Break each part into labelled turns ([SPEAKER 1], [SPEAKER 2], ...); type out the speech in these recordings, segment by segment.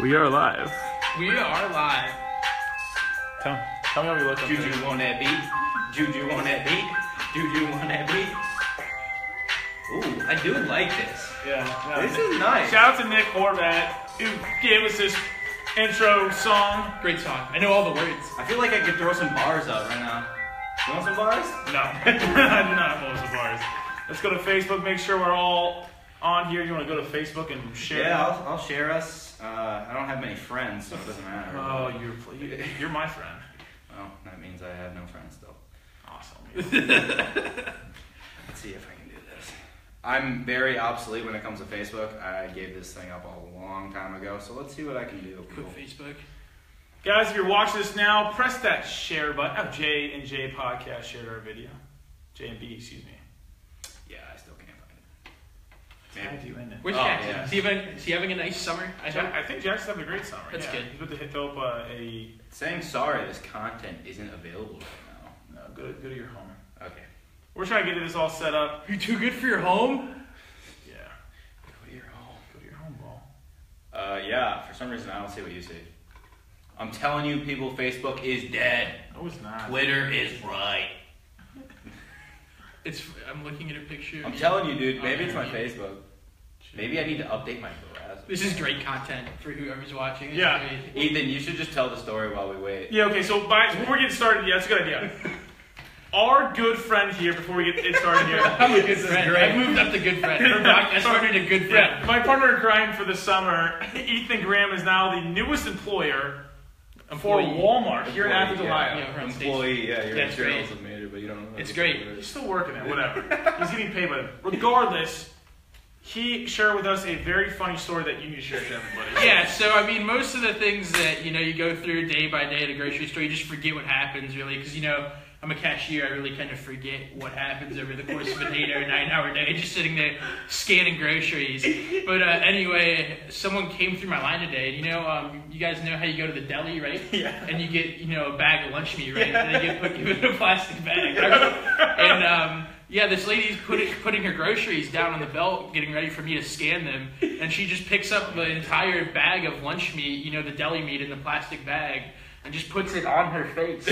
[SPEAKER 1] We are live.
[SPEAKER 2] We are live.
[SPEAKER 1] Tell, tell me how we look. on
[SPEAKER 2] Juju
[SPEAKER 1] this.
[SPEAKER 2] on that beat. Juju on that beat. Juju on that beat. Ooh, I do like this.
[SPEAKER 1] Yeah. no,
[SPEAKER 2] This
[SPEAKER 1] Nick-
[SPEAKER 2] is nice.
[SPEAKER 1] Shout out to Nick Horvat who gave us this intro song.
[SPEAKER 3] Great song. I know all the words.
[SPEAKER 2] I feel like I could throw some bars out right now. You want some bars?
[SPEAKER 1] No, I do not have those bars. Let's go to Facebook. Make sure we're all on here. You want to go to Facebook and share?
[SPEAKER 2] Yeah, I'll, I'll share us. Uh, I don't have many friends, so it doesn't matter.
[SPEAKER 1] Oh, you're pl- you- you're my friend.
[SPEAKER 2] Well, that means I have no friends still.
[SPEAKER 1] Awesome.
[SPEAKER 2] Let's see if I can do this. I'm very obsolete when it comes to Facebook. I gave this thing up a long time ago, so let's see what I can do.
[SPEAKER 3] Quick Facebook.
[SPEAKER 1] Guys, if you're watching this now, press that share button. Oh, J and J podcast shared our video. J and B, excuse me.
[SPEAKER 2] Yeah, I still can't find it.
[SPEAKER 1] Tag you in it.
[SPEAKER 3] Where's
[SPEAKER 2] Oh,
[SPEAKER 3] Jackson?
[SPEAKER 2] yeah.
[SPEAKER 3] Is, he having, is he having a nice summer? I
[SPEAKER 1] Jack,
[SPEAKER 3] hope.
[SPEAKER 1] I think Jack's having a great summer.
[SPEAKER 3] That's
[SPEAKER 1] yeah.
[SPEAKER 3] good.
[SPEAKER 1] He's about to hit up uh, a
[SPEAKER 2] Saying sorry, this content isn't available right
[SPEAKER 1] no, go to, go to your home.
[SPEAKER 2] now. Okay.
[SPEAKER 1] We're trying to get this all set up.
[SPEAKER 3] You too good for your home?
[SPEAKER 1] Yeah,
[SPEAKER 2] Go to your home.
[SPEAKER 1] go to your home ball.
[SPEAKER 2] Uh, yeah, for some reason I don't see what you see. I'm telling you, people, Facebook is dead.
[SPEAKER 1] No, it's not.
[SPEAKER 2] Twitter is right.
[SPEAKER 3] It's. I'm looking at a picture. of
[SPEAKER 2] I'm
[SPEAKER 3] you.
[SPEAKER 2] telling you, dude, maybe
[SPEAKER 3] Oh,
[SPEAKER 2] it's my
[SPEAKER 3] yeah.
[SPEAKER 2] Facebook. Maybe I need to update my browser.
[SPEAKER 3] This is great content for whoever's watching. This is
[SPEAKER 1] Yeah.
[SPEAKER 3] great.
[SPEAKER 2] Ethan, you should just tell the story while we wait.
[SPEAKER 1] Yeah. Okay. So by before we get started, yeah, it's a good idea. Our good friend here. Before we get it started here.
[SPEAKER 3] I'm a good friend. I moved up to good friend. Or not, I started a good
[SPEAKER 1] Yeah,
[SPEAKER 3] friend.
[SPEAKER 1] my partner in crime for the summer, Ethan Graham, is now the newest employer for
[SPEAKER 3] Employee.
[SPEAKER 1] Walmart here in Athens,
[SPEAKER 2] Employee, yeah.
[SPEAKER 1] Ohio.
[SPEAKER 3] Yeah, front stage.
[SPEAKER 2] Employee, yeah, you're
[SPEAKER 3] That's
[SPEAKER 2] a journalism
[SPEAKER 3] great.
[SPEAKER 2] major, but you don't know.
[SPEAKER 3] It's great.
[SPEAKER 1] He's still working it, whatever. He's getting paid by them. Regardless, he shared with us a very funny story that you need to share with everybody.
[SPEAKER 3] Yeah, so I mean, most of the things that you know you go through day by day at a grocery store, you just forget what happens really, because you know I'm a cashier, I really kind of forget what happens over the course of an eight or nine hour day, just sitting there scanning groceries. But uh, anyway, someone came through my line today, and you know, um, you guys know how you go to the deli, right?
[SPEAKER 2] Yeah.
[SPEAKER 3] And you get you know a bag of lunch meat, right? And they get put given a plastic bag, right? and um, yeah, this lady's putting putting her groceries down on the belt, getting ready for me to scan them, and she just picks up the entire bag of lunch meat, you know, the deli meat in the plastic bag, and just puts it on her face.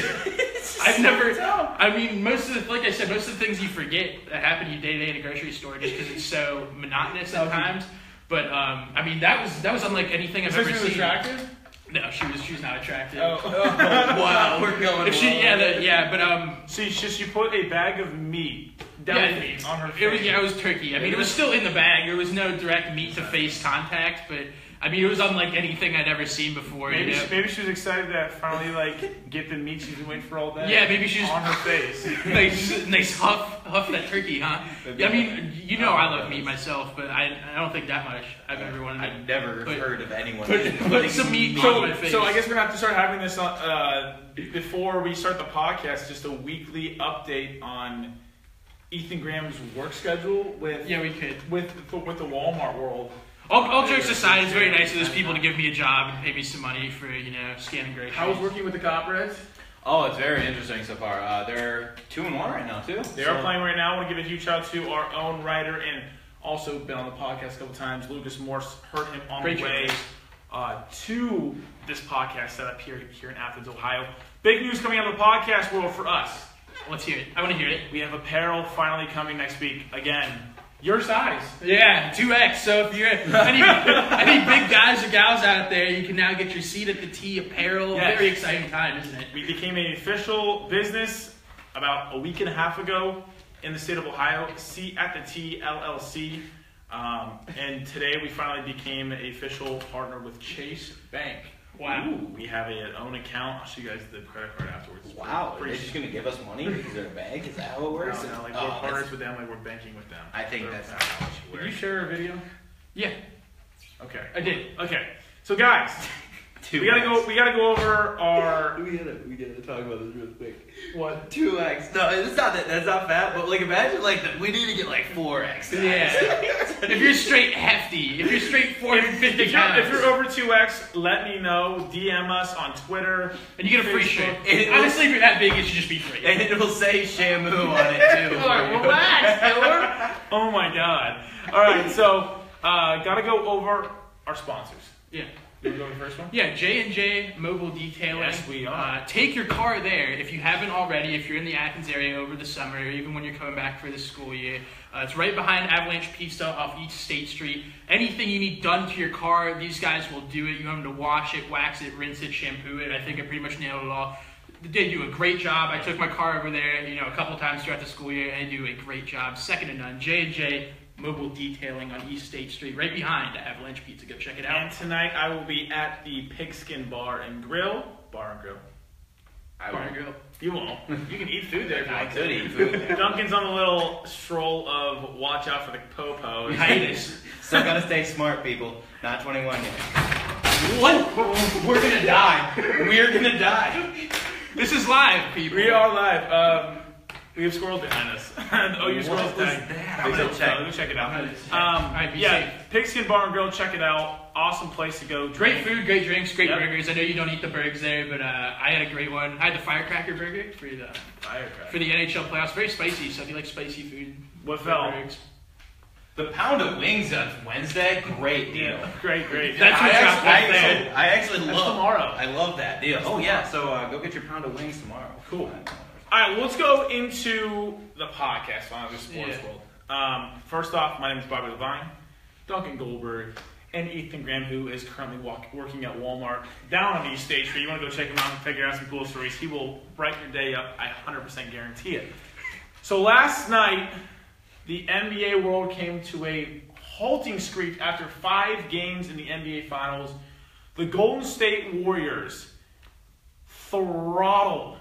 [SPEAKER 3] I've never. I mean, most of the like I said, most of the things you forget that happen to you day to day in a grocery store just because it's so monotonous at times. But um, I mean, that was that was unlike anything I've
[SPEAKER 1] Is
[SPEAKER 3] ever
[SPEAKER 1] this
[SPEAKER 3] seen.
[SPEAKER 1] attractive? Oh.
[SPEAKER 3] No, she was she was not attractive.
[SPEAKER 2] wow, we're going.
[SPEAKER 3] If she, yeah, the, yeah, but um,
[SPEAKER 1] So you just you put a bag of meat, deli
[SPEAKER 3] Yeah,
[SPEAKER 1] meat, on her face.
[SPEAKER 3] it was yeah, it was turkey. I mean, it was still in the bag. There was no direct meat to face contact, but I mean, it was unlike anything I'd ever seen before.
[SPEAKER 1] Maybe,
[SPEAKER 3] you know?
[SPEAKER 1] she, maybe she was excited to finally like get the meat she's been waiting for all day.
[SPEAKER 3] Yeah, maybe she was-
[SPEAKER 1] on her face.
[SPEAKER 3] nice, nice huff, huff that turkey, huh? I mean, you know I love meat myself, but I, I don't think that much I've ever wanted to
[SPEAKER 2] I've never
[SPEAKER 3] Put-
[SPEAKER 2] heard of anyone.
[SPEAKER 3] put, put some meat on
[SPEAKER 1] So,
[SPEAKER 3] my face.
[SPEAKER 1] so I guess we're gonna have to start having this on, uh, before we start the podcast. Just a weekly update on Ethan Graham's work schedule with
[SPEAKER 3] yeah, we could.
[SPEAKER 1] with with the Walmart world.
[SPEAKER 3] All, all jokes aside, it's very nice of those people to give me a job and pay me some money for you know scanning groceries.
[SPEAKER 1] How was working with the Copperheads?
[SPEAKER 2] Oh, it's very interesting so far. Uh, they're two and one right now too.
[SPEAKER 1] They are playing right now. I want to give a huge shout out to our own writer and also been on the podcast a couple times. Lucas Morse heard him on
[SPEAKER 3] Great
[SPEAKER 1] the
[SPEAKER 3] job,
[SPEAKER 1] way
[SPEAKER 3] Lucas.
[SPEAKER 1] uh, to this podcast setup here here in Athens, Ohio. Big news coming out of the podcast world for us.
[SPEAKER 3] Let's hear it. I want to hear it.
[SPEAKER 1] We have apparel finally coming next week. Again, your size.
[SPEAKER 3] Yeah, two X. So if you're any, any big guys or gals out there, you can now get your seat at the T apparel.
[SPEAKER 1] Yes.
[SPEAKER 3] Very exciting time, isn't it?
[SPEAKER 1] We became an official business about a week and a half ago in the state of Ohio, C at the T LLC. Um, and today we finally became an official partner with Chase Bank.
[SPEAKER 3] Wow.
[SPEAKER 1] Ooh, we have a- an own account. I'll show you guys the credit card afterwards. It's
[SPEAKER 2] Wow,
[SPEAKER 1] pretty-
[SPEAKER 2] they're just gonna give us money because they're a bank. Is that how it
[SPEAKER 1] No,
[SPEAKER 2] works?
[SPEAKER 1] no, like
[SPEAKER 2] Oh,
[SPEAKER 1] we're
[SPEAKER 2] that's-
[SPEAKER 1] partners with them, like we're banking with them.
[SPEAKER 2] I think
[SPEAKER 1] So-
[SPEAKER 2] that's not how it
[SPEAKER 1] Did you
[SPEAKER 2] works.
[SPEAKER 1] share a video?
[SPEAKER 3] Yeah,
[SPEAKER 1] Okay.
[SPEAKER 3] I did.
[SPEAKER 1] Okay. So guys,
[SPEAKER 2] Two
[SPEAKER 1] we gotta go. We gotta go over our
[SPEAKER 2] We gotta, we gotta talk about this real quick.
[SPEAKER 1] what
[SPEAKER 2] Two X. No, it's not that. That's not fat. But like, imagine like the, we need to get like four X.
[SPEAKER 3] Yeah. if you're straight hefty, if you're straight 450
[SPEAKER 1] If you're,
[SPEAKER 3] pounds,
[SPEAKER 1] if you're over 2x, let me know. DM us on Twitter.
[SPEAKER 3] and you get a free shirt.
[SPEAKER 2] It- it-
[SPEAKER 3] Honestly, if you're that big, it should just be free.
[SPEAKER 2] And it'll say Shamu on it too.
[SPEAKER 1] Oh my god. All right, so uh, gotta go over our sponsors.
[SPEAKER 3] Yeah.
[SPEAKER 1] You want to go to the first one?
[SPEAKER 3] Yeah, J and J Mobile Detailing.
[SPEAKER 1] Yes, we are.
[SPEAKER 3] Uh, take your car there if you haven't already. If you're in the Athens area over the summer, or even when you're coming back for the school year, uh, it's right behind Avalanche Pizza off East State Street. Anything you need done to your car, these guys will do it. You want them to wash it, wax it, rinse it, shampoo it. I think I pretty much nailed it all. They do a great job. I took my car over there, you know, a couple times throughout the school year, and they do a great job, second to none. J and J Mobile Detailing on East State Street, right behind Avalanche Pizza. Go check it out.
[SPEAKER 1] And tonight I will be at the Pigskin Bar and Grill. Bar and Grill.
[SPEAKER 2] I
[SPEAKER 3] Bar
[SPEAKER 2] would.
[SPEAKER 3] and Grill.
[SPEAKER 1] You won't. You can eat food there if you
[SPEAKER 2] I
[SPEAKER 1] want
[SPEAKER 2] could
[SPEAKER 1] to.
[SPEAKER 2] eat food.
[SPEAKER 1] Duncan's on a little stroll of watch out for the popo.
[SPEAKER 3] Hiatus.
[SPEAKER 2] Still gotta stay smart, people. Not 21 yet.
[SPEAKER 3] What?
[SPEAKER 2] We're gonna die. We're gonna die.
[SPEAKER 3] This is live, people.
[SPEAKER 1] We are live. Um, we have squirrels behind us. the OU squirrels
[SPEAKER 2] was
[SPEAKER 1] tag.
[SPEAKER 2] that?
[SPEAKER 1] I'm
[SPEAKER 2] Go
[SPEAKER 1] gonna
[SPEAKER 2] check.
[SPEAKER 1] check. Go check it out.
[SPEAKER 3] I'm
[SPEAKER 1] Um,
[SPEAKER 3] gonna check. All right, be
[SPEAKER 1] yeah,
[SPEAKER 3] safe.
[SPEAKER 1] Pigskin Bar and Grill. Check it out. Awesome place to go.
[SPEAKER 3] Great
[SPEAKER 1] Drink.
[SPEAKER 3] food, great drinks, great
[SPEAKER 1] Yep.
[SPEAKER 3] burgers. I know you don't eat the burgers there, but uh, I had a great one. I had the firecracker burger for the for
[SPEAKER 1] Firecracker.
[SPEAKER 3] the NHL playoffs. Very spicy, so if you like spicy food,
[SPEAKER 1] What fell?
[SPEAKER 3] burgers.
[SPEAKER 2] The pound of wings on Wednesday, great deal.
[SPEAKER 1] Yeah. Great, great.
[SPEAKER 3] That's what
[SPEAKER 2] I,
[SPEAKER 3] dropped
[SPEAKER 2] actually,
[SPEAKER 3] off
[SPEAKER 2] I,
[SPEAKER 3] there.
[SPEAKER 2] actually, I actually
[SPEAKER 1] That's
[SPEAKER 2] love.
[SPEAKER 1] tomorrow.
[SPEAKER 2] I love that deal. Oh yeah, so uh, go get your pound of wings tomorrow.
[SPEAKER 1] Cool. All right, well, let's go into the podcast on the sports
[SPEAKER 3] Yeah.
[SPEAKER 1] world. Um, first off, my name is Bobby Levine, Duncan Goldberg, and Ethan Graham, who is currently walk, working at Walmart down on East State Street. You want to go check him out and figure out some cool stories. He will brighten your day up. I 100% guarantee it. So last night, the NBA world came to a halting screech after five games in the NBA Finals. The Golden State Warriors throttled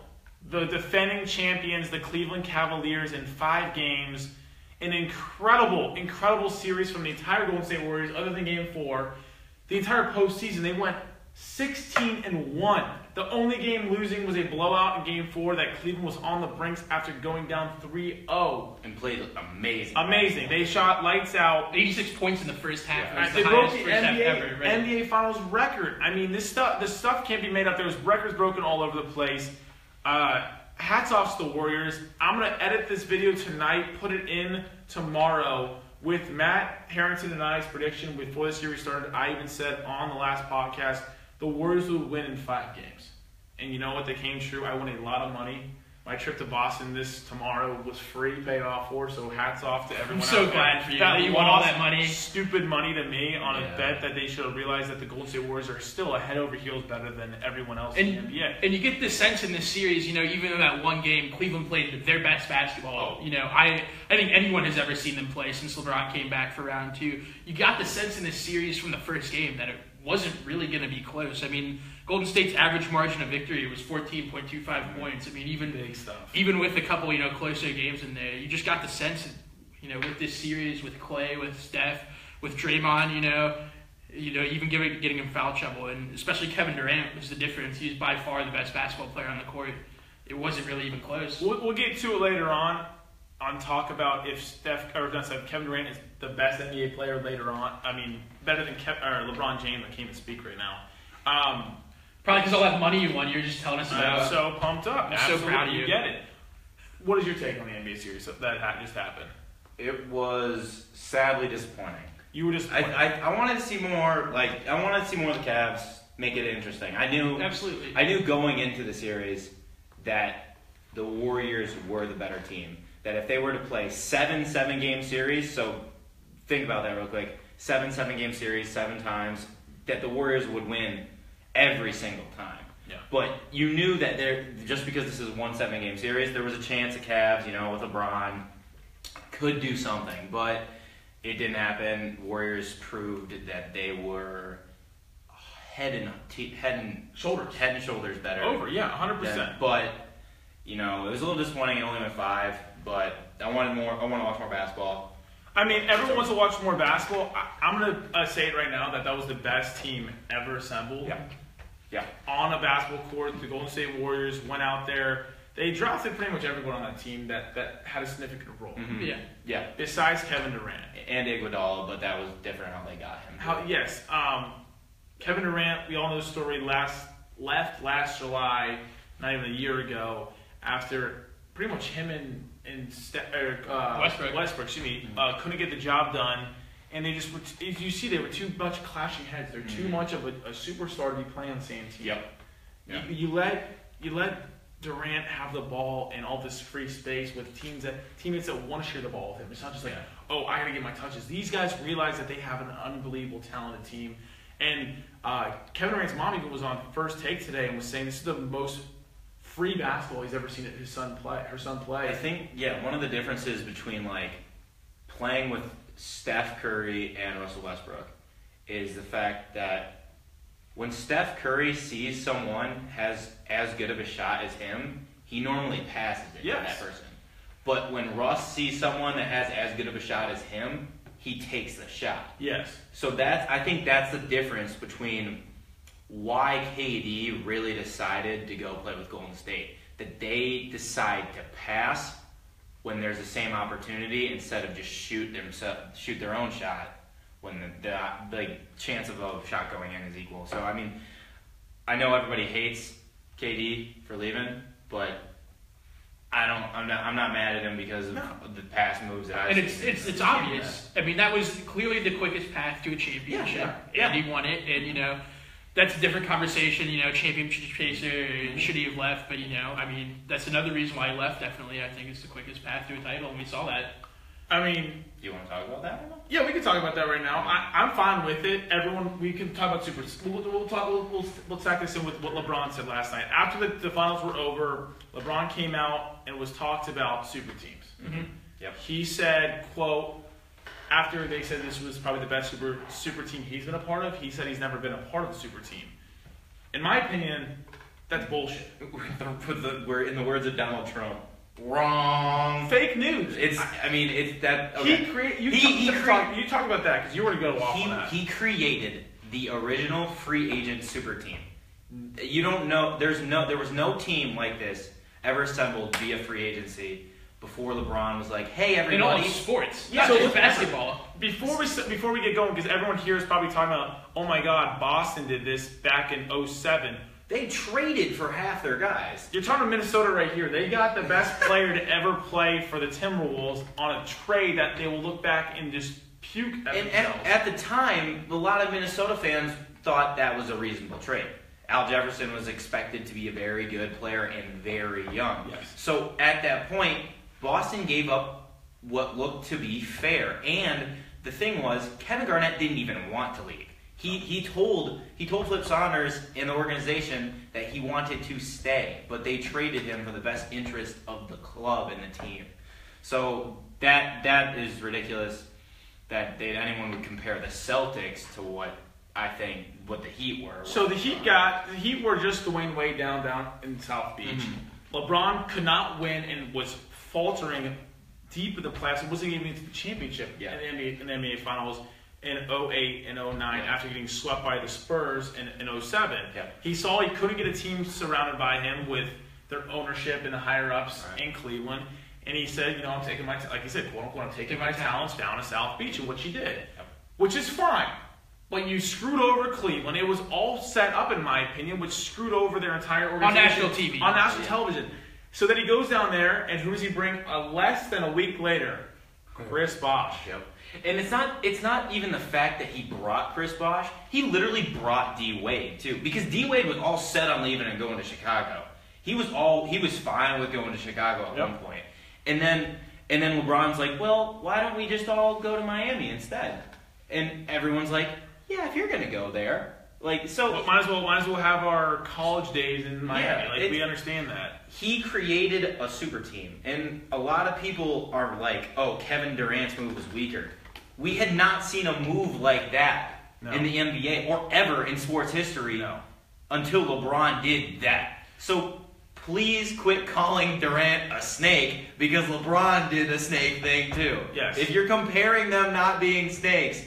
[SPEAKER 1] the defending champions, the Cleveland Cavaliers, in five games. An incredible, incredible series from the entire Golden State Warriors, other than Game Four. The entire postseason, they went 16 and one. The only game losing was a blowout in Game Four that Cleveland was on the brinks after going down 3-0.
[SPEAKER 2] And played amazing.
[SPEAKER 1] Amazing. They shot lights out.
[SPEAKER 3] 86 points in the first half.
[SPEAKER 2] Yeah.
[SPEAKER 3] It was
[SPEAKER 1] Uh, They
[SPEAKER 3] the
[SPEAKER 1] broke
[SPEAKER 3] highest
[SPEAKER 1] the
[SPEAKER 3] first half ever.
[SPEAKER 1] NBA,
[SPEAKER 3] Right?
[SPEAKER 1] NBA Finals record. I mean, this stuff this stuff can't be made up. There's records broken all over the place. Uh, hats off to the Warriors. I'm gonna edit this video tonight, put it in tomorrow with Matt Harrington and I's prediction before the series started. I even said on the last podcast the Warriors would win in five games, and you know what? They came true. I won a lot of money. My trip to Boston this tomorrow was free, paid off for. So hats off to everyone.
[SPEAKER 3] I'm so
[SPEAKER 1] out there
[SPEAKER 3] glad for you that you won all
[SPEAKER 1] lost
[SPEAKER 3] that money.
[SPEAKER 1] stupid money to me on
[SPEAKER 2] Yeah.
[SPEAKER 1] a bet that they should have realized that the Golden State Warriors are still a head over heels better than everyone else in
[SPEAKER 3] And-
[SPEAKER 1] the NBA.
[SPEAKER 3] And you get the sense in this series, you know, even in that one game, Cleveland played their best basketball. You know, I I think anyone has ever seen them play since LeBron came back for round two. You got the sense in this series from the first game that it wasn't really going to be close. I mean, Golden State's average margin of victory was 14.25 points. I mean, even
[SPEAKER 1] Big stuff.
[SPEAKER 3] even with a couple, you know, closer games in there, you just got the sense, that, you know, with this series, with Clay, with Steph, with Draymond, you know, you know, even giving, getting in foul trouble, and especially Kevin Durant was the difference. He's by far the best basketball player on the court. It wasn't really even close.
[SPEAKER 1] We'll, we'll get to it later on. On talk about if Steph or not Steph, Kevin Durant is the best NBA player later on. I mean, better than Kev, or LeBron James. I can't even speak right now. Um,
[SPEAKER 3] Probably because all that money you won, you're just telling us about.
[SPEAKER 1] I'm so pumped up.
[SPEAKER 3] Uh, I'm so proud of
[SPEAKER 1] Absolutely,
[SPEAKER 3] you.
[SPEAKER 1] Get it. What is your take on the NBA series that ha- just happened?
[SPEAKER 2] It was sadly disappointing.
[SPEAKER 1] You were just
[SPEAKER 2] I, I, I wanted to see more. Like I wanted to see more of the Cavs. Make it interesting. I knew.
[SPEAKER 3] Absolutely.
[SPEAKER 2] I knew going into the series that the Warriors were the better team. That if they were to play seven seven game series, so think about that real quick seven seven game series, seven times, that the Warriors would win every single time.
[SPEAKER 1] Yeah.
[SPEAKER 2] But you knew that there, just because this is one seven game series, there was a chance the Cavs, you know, with LeBron, could do something. But it didn't happen. Warriors proved that they were head and, te- head and
[SPEAKER 1] shoulders
[SPEAKER 2] head and shoulders better.
[SPEAKER 1] over. Yeah, 100.
[SPEAKER 2] than-
[SPEAKER 1] percent
[SPEAKER 2] But you know, it was a little disappointing. It only went five, but I wanted more. I want to watch more basketball.
[SPEAKER 1] I mean, everyone wants to watch more basketball. I, I'm gonna uh, say it right now that that was the best team ever assembled
[SPEAKER 2] Yeah, yeah.
[SPEAKER 1] on a basketball court. The Golden State Warriors went out there. They drafted pretty much everyone on that team that, that had a significant role,
[SPEAKER 2] Mhm.
[SPEAKER 3] yeah.
[SPEAKER 2] yeah,
[SPEAKER 1] besides Kevin Durant.
[SPEAKER 2] and Iguodala, but that was different how they got him.
[SPEAKER 1] How, yes, um, Kevin Durant. We all know the story. Last left last July, not even a year ago, after pretty much him and and Ste- or, uh,
[SPEAKER 3] Westbrook.
[SPEAKER 1] Westbrook, excuse me, uh, couldn't get the job done, and they just were. T- you see, they were too much clashing heads. They're too
[SPEAKER 2] Mhm.
[SPEAKER 1] much of a, a superstar to be playing on the same team.
[SPEAKER 2] Yep. Yeah.
[SPEAKER 1] You, you let you let Durant have the ball and all this free space with teams that teammates that want to share the ball with him. It's not just like,
[SPEAKER 3] Yeah.
[SPEAKER 1] oh, I gotta get my touches. These guys realize that they have an unbelievable talented team. And uh, Kevin Durant's mom even was on first take today and was saying this is the most free basketball he's ever seen his son play. Her son play.
[SPEAKER 2] I think yeah, one of the differences between like playing with Steph Curry and Russell Westbrook is the fact that when Steph Curry sees someone has as good of a shot as him, he normally passes it to
[SPEAKER 1] Yes.
[SPEAKER 2] that person. But when Russ sees someone that has as good of a shot as him, he takes the shot.
[SPEAKER 1] yes.
[SPEAKER 2] So that's I think that's the difference between why KD really decided to go play with Golden State. That they decide to pass when there's the same opportunity instead of just shoot themselves shoot their own shot when the, the the chance of a shot going in is equal. So I mean, I know everybody hates KD for leaving, but I don't. I'm not. I'm not mad at him because of
[SPEAKER 1] No.
[SPEAKER 2] the past moves that I.
[SPEAKER 3] And it's it's it's obvious. I mean, that was clearly the quickest path to a championship.
[SPEAKER 2] Yeah, yeah,
[SPEAKER 3] And he won it, and you know, that's a different conversation. You know, championship chaser. and Should he have left? But you know, I mean, that's another reason why he left. Definitely, I think it's the quickest path to a title, and we saw that.
[SPEAKER 1] I mean,
[SPEAKER 2] Do you want to talk about that? Or not?
[SPEAKER 1] Yeah, we can talk about that right now. I, I'm fine with it. Everyone, we can talk about super. We'll, we'll talk. We'll, we'll, we'll tack this in with what LeBron said last night. After the, the finals were over, LeBron came out and was talked about super teams.
[SPEAKER 2] Mm-hmm. Yep.
[SPEAKER 1] He said, "quote After they said this was probably the best super super team he's been a part of, he said he's never been a part of the super team. In my opinion, that's bullshit.
[SPEAKER 2] With the- with the- we're in the words of Donald Trump. Wrong.
[SPEAKER 1] Fake news.
[SPEAKER 2] It's. I mean, it's that.
[SPEAKER 1] He
[SPEAKER 2] Okay.
[SPEAKER 1] created. You,
[SPEAKER 2] He-
[SPEAKER 1] talk-
[SPEAKER 2] he
[SPEAKER 1] let's
[SPEAKER 2] crea-
[SPEAKER 1] talk- you talk about that because you were to go off on that.
[SPEAKER 2] He, he created the original free agent super team. You don't know. There's no. There was no team like this ever assembled via free agency before LeBron was like, "Hey,
[SPEAKER 3] In all
[SPEAKER 2] everybody."
[SPEAKER 3] of sports,
[SPEAKER 1] Yeah,
[SPEAKER 3] yeah,
[SPEAKER 1] so
[SPEAKER 3] not just
[SPEAKER 1] let's-
[SPEAKER 3] basketball.
[SPEAKER 1] Before we s- before we get going, because everyone here is probably talking about, oh my God, Boston did this back in 07.
[SPEAKER 2] They traded for half their guys.
[SPEAKER 1] You're talking to Minnesota right here. They got the best player to ever play for the Timberwolves on a trade that they will look back and just puke at
[SPEAKER 2] And,
[SPEAKER 1] themselves.
[SPEAKER 2] and at the time, a lot of Minnesota fans thought that was a reasonable trade. Al Jefferson was expected to be a very good player and very young.
[SPEAKER 1] Yes.
[SPEAKER 2] So at that point, Boston gave up what looked to be fair. And the thing was, Kevin Garnett didn't even want to leave. He, he told he told Flip Saunders in the organization that he wanted to stay, but they traded him for the best interest of the club and the team. So that that is ridiculous that they, anyone would compare the Celtics to what I think what the Heat were.
[SPEAKER 1] so the Heat got the Heat were just Dwayne Wade down down in South Beach.
[SPEAKER 2] Mm-hmm.
[SPEAKER 1] LeBron could not win and was faltering deep in the playoffs. He wasn't even into the championship
[SPEAKER 2] Yeah.
[SPEAKER 1] in, the NBA, in the NBA Finals in 08 and 09
[SPEAKER 2] Yeah.
[SPEAKER 1] after getting swept by the Spurs in, in 07.
[SPEAKER 2] Yeah.
[SPEAKER 1] He saw he couldn't get a team surrounded by him with their ownership and the higher ups
[SPEAKER 2] Right.
[SPEAKER 1] in Cleveland. And he said, you know, I'm taking my, ta- like he said, quote unquote, I'm taking
[SPEAKER 3] Take
[SPEAKER 1] my
[SPEAKER 3] my talent.
[SPEAKER 1] talents down to South Beach, and what she did,
[SPEAKER 2] Yep.
[SPEAKER 1] which is fine. But you screwed over Cleveland. It was all set up, in my opinion, which screwed over their entire organization
[SPEAKER 3] national TV.
[SPEAKER 1] On national
[SPEAKER 2] Yeah.
[SPEAKER 1] television. So then he goes down there, and who does he bring? Uh, less than a week later, Chris Bosh.
[SPEAKER 2] Yep. And it's not it's not even the fact that he brought Chris Bosh. He literally brought D Wade too. Because D Wade was all set on leaving and going to Chicago. He was all he was fine with going to Chicago at
[SPEAKER 1] Yep.
[SPEAKER 2] one point. And then and then LeBron's like, Well, why don't we just all go to Miami instead? And everyone's like, Yeah, if you're gonna go there. Like so
[SPEAKER 1] But might as well, might as well have our college days in Miami.
[SPEAKER 2] Yeah,
[SPEAKER 1] like
[SPEAKER 2] it's-
[SPEAKER 1] we understand that.
[SPEAKER 2] he created a super team, and a lot of people are like, "Oh, Kevin Durant's move was weaker." We had not seen a move like that
[SPEAKER 1] No.
[SPEAKER 2] in the NBA or ever in sports history
[SPEAKER 1] No.
[SPEAKER 2] until LeBron did that. So please quit calling Durant a snake because LeBron did a snake thing too.
[SPEAKER 1] Yes.
[SPEAKER 2] If you're comparing them not being snakes,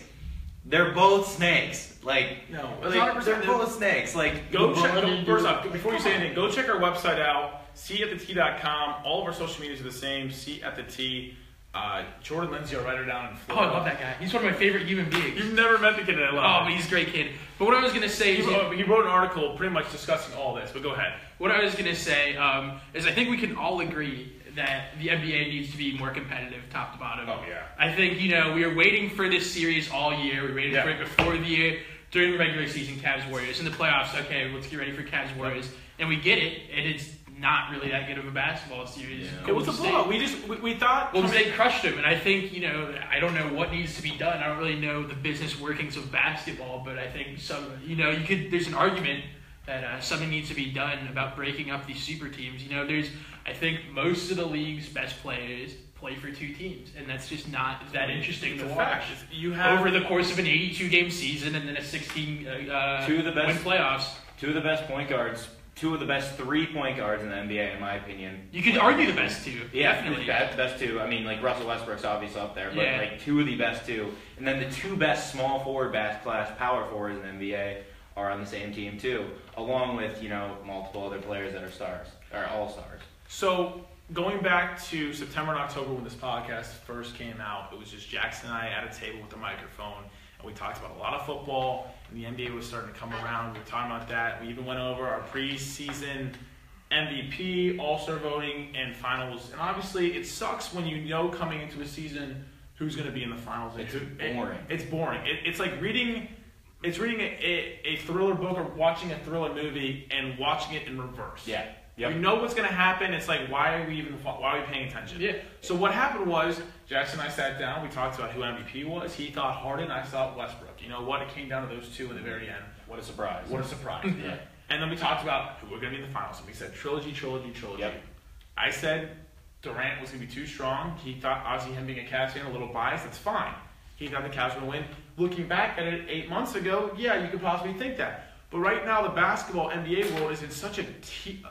[SPEAKER 2] they're both snakes. Like
[SPEAKER 1] No,
[SPEAKER 2] like,
[SPEAKER 1] 100%
[SPEAKER 2] they're both snakes. Like
[SPEAKER 1] Go
[SPEAKER 2] LeBron
[SPEAKER 1] check. Go,
[SPEAKER 2] didn't do
[SPEAKER 1] first
[SPEAKER 2] it.
[SPEAKER 1] off, before you say anything, go check our website out. See at the All of our social medias are the same. See at the T. Uh, Jordan Lindsay, a writer down in
[SPEAKER 3] Oh, I
[SPEAKER 1] Florida.
[SPEAKER 3] love that guy. He's one of my favorite human beings.
[SPEAKER 1] You've never met the kid, and I
[SPEAKER 3] Oh,
[SPEAKER 1] love.
[SPEAKER 3] but
[SPEAKER 1] him.
[SPEAKER 3] he's a great kid. But what I was gonna say
[SPEAKER 1] he,
[SPEAKER 3] is,
[SPEAKER 1] wrote, he wrote an article pretty much discussing all this. But go ahead.
[SPEAKER 3] what I was gonna say um, is, I think we can all agree that the NBA needs to be more competitive, top to bottom.
[SPEAKER 1] Oh, yeah.
[SPEAKER 3] I think you know we were waiting for this series all year. We waited
[SPEAKER 1] Yeah.
[SPEAKER 3] for it before the year, during the regular season, Cavs Warriors in the playoffs. Okay, let's get ready for Cavs Warriors, and we get it, and it's not really that good of a basketball series.
[SPEAKER 2] Yeah.
[SPEAKER 1] It was a
[SPEAKER 3] Golden State-
[SPEAKER 1] blowout. We just we, we thought.
[SPEAKER 3] Well, they crushed him, and I think you know. I don't know what needs to be done. I don't really know the business workings of basketball, but I think some. You know, you could. There's an argument that uh, something needs to be done about breaking up these super teams. You know, there's. I think most of the league's best players play for two teams, and that's just not that interesting
[SPEAKER 1] It's
[SPEAKER 3] to
[SPEAKER 1] a
[SPEAKER 3] watch.
[SPEAKER 1] fact. It's- You have
[SPEAKER 3] Over the course of an 82 game season, and then a 16 uh, uh,
[SPEAKER 2] Two of the best-
[SPEAKER 3] win playoffs,
[SPEAKER 2] Two of the best point guards, two of the best three point guards in the NBA, in my opinion.
[SPEAKER 3] you could argue the best two.
[SPEAKER 2] Yeah,
[SPEAKER 3] definitely.
[SPEAKER 2] the best two. I mean, like Russell Westbrook's obviously up there, but
[SPEAKER 3] Yeah.
[SPEAKER 2] like two of the best two, and then the two best small forward best class power forwards in the NBA are on the same team too, along with you know multiple other players that are stars or all stars.
[SPEAKER 1] So going back to September and October when this podcast first came out, it was just Jackson and I at a table with a microphone, and we talked about a lot of football. And the NBA was starting to come around. We were talking about that. We even went over our preseason MVP, All Star voting, and finals. And obviously, it sucks when you know coming into a season who's going to be in the finals. and
[SPEAKER 2] It's
[SPEAKER 1] who- it-
[SPEAKER 2] boring.
[SPEAKER 1] it's boring. It, it's like reading. It's reading a, a, a thriller book or watching a thriller movie and watching it in reverse.
[SPEAKER 2] Yeah.
[SPEAKER 1] You know what's going to happen. It's like, why are we even why are we paying attention?
[SPEAKER 3] Yeah.
[SPEAKER 1] So what happened was Jackson and I sat down. We talked about who MVP was. He thought Harden. I thought Westbrook. You know what? It came down to those two in the very end.
[SPEAKER 2] What a surprise.
[SPEAKER 1] What a surprise.
[SPEAKER 2] yeah.
[SPEAKER 1] and then we talked about who we're going to be in the finals. And we said trilogy, trilogy, trilogy.
[SPEAKER 2] Yep.
[SPEAKER 1] I said Durant was going to be too strong. He thought obviously him being a Cavs fan, a little biased. That's fine. He thought the Cavs were going to win. Looking back at it eight months ago, yeah, you could possibly think that. But right now, the basketball NBA world is in such a t-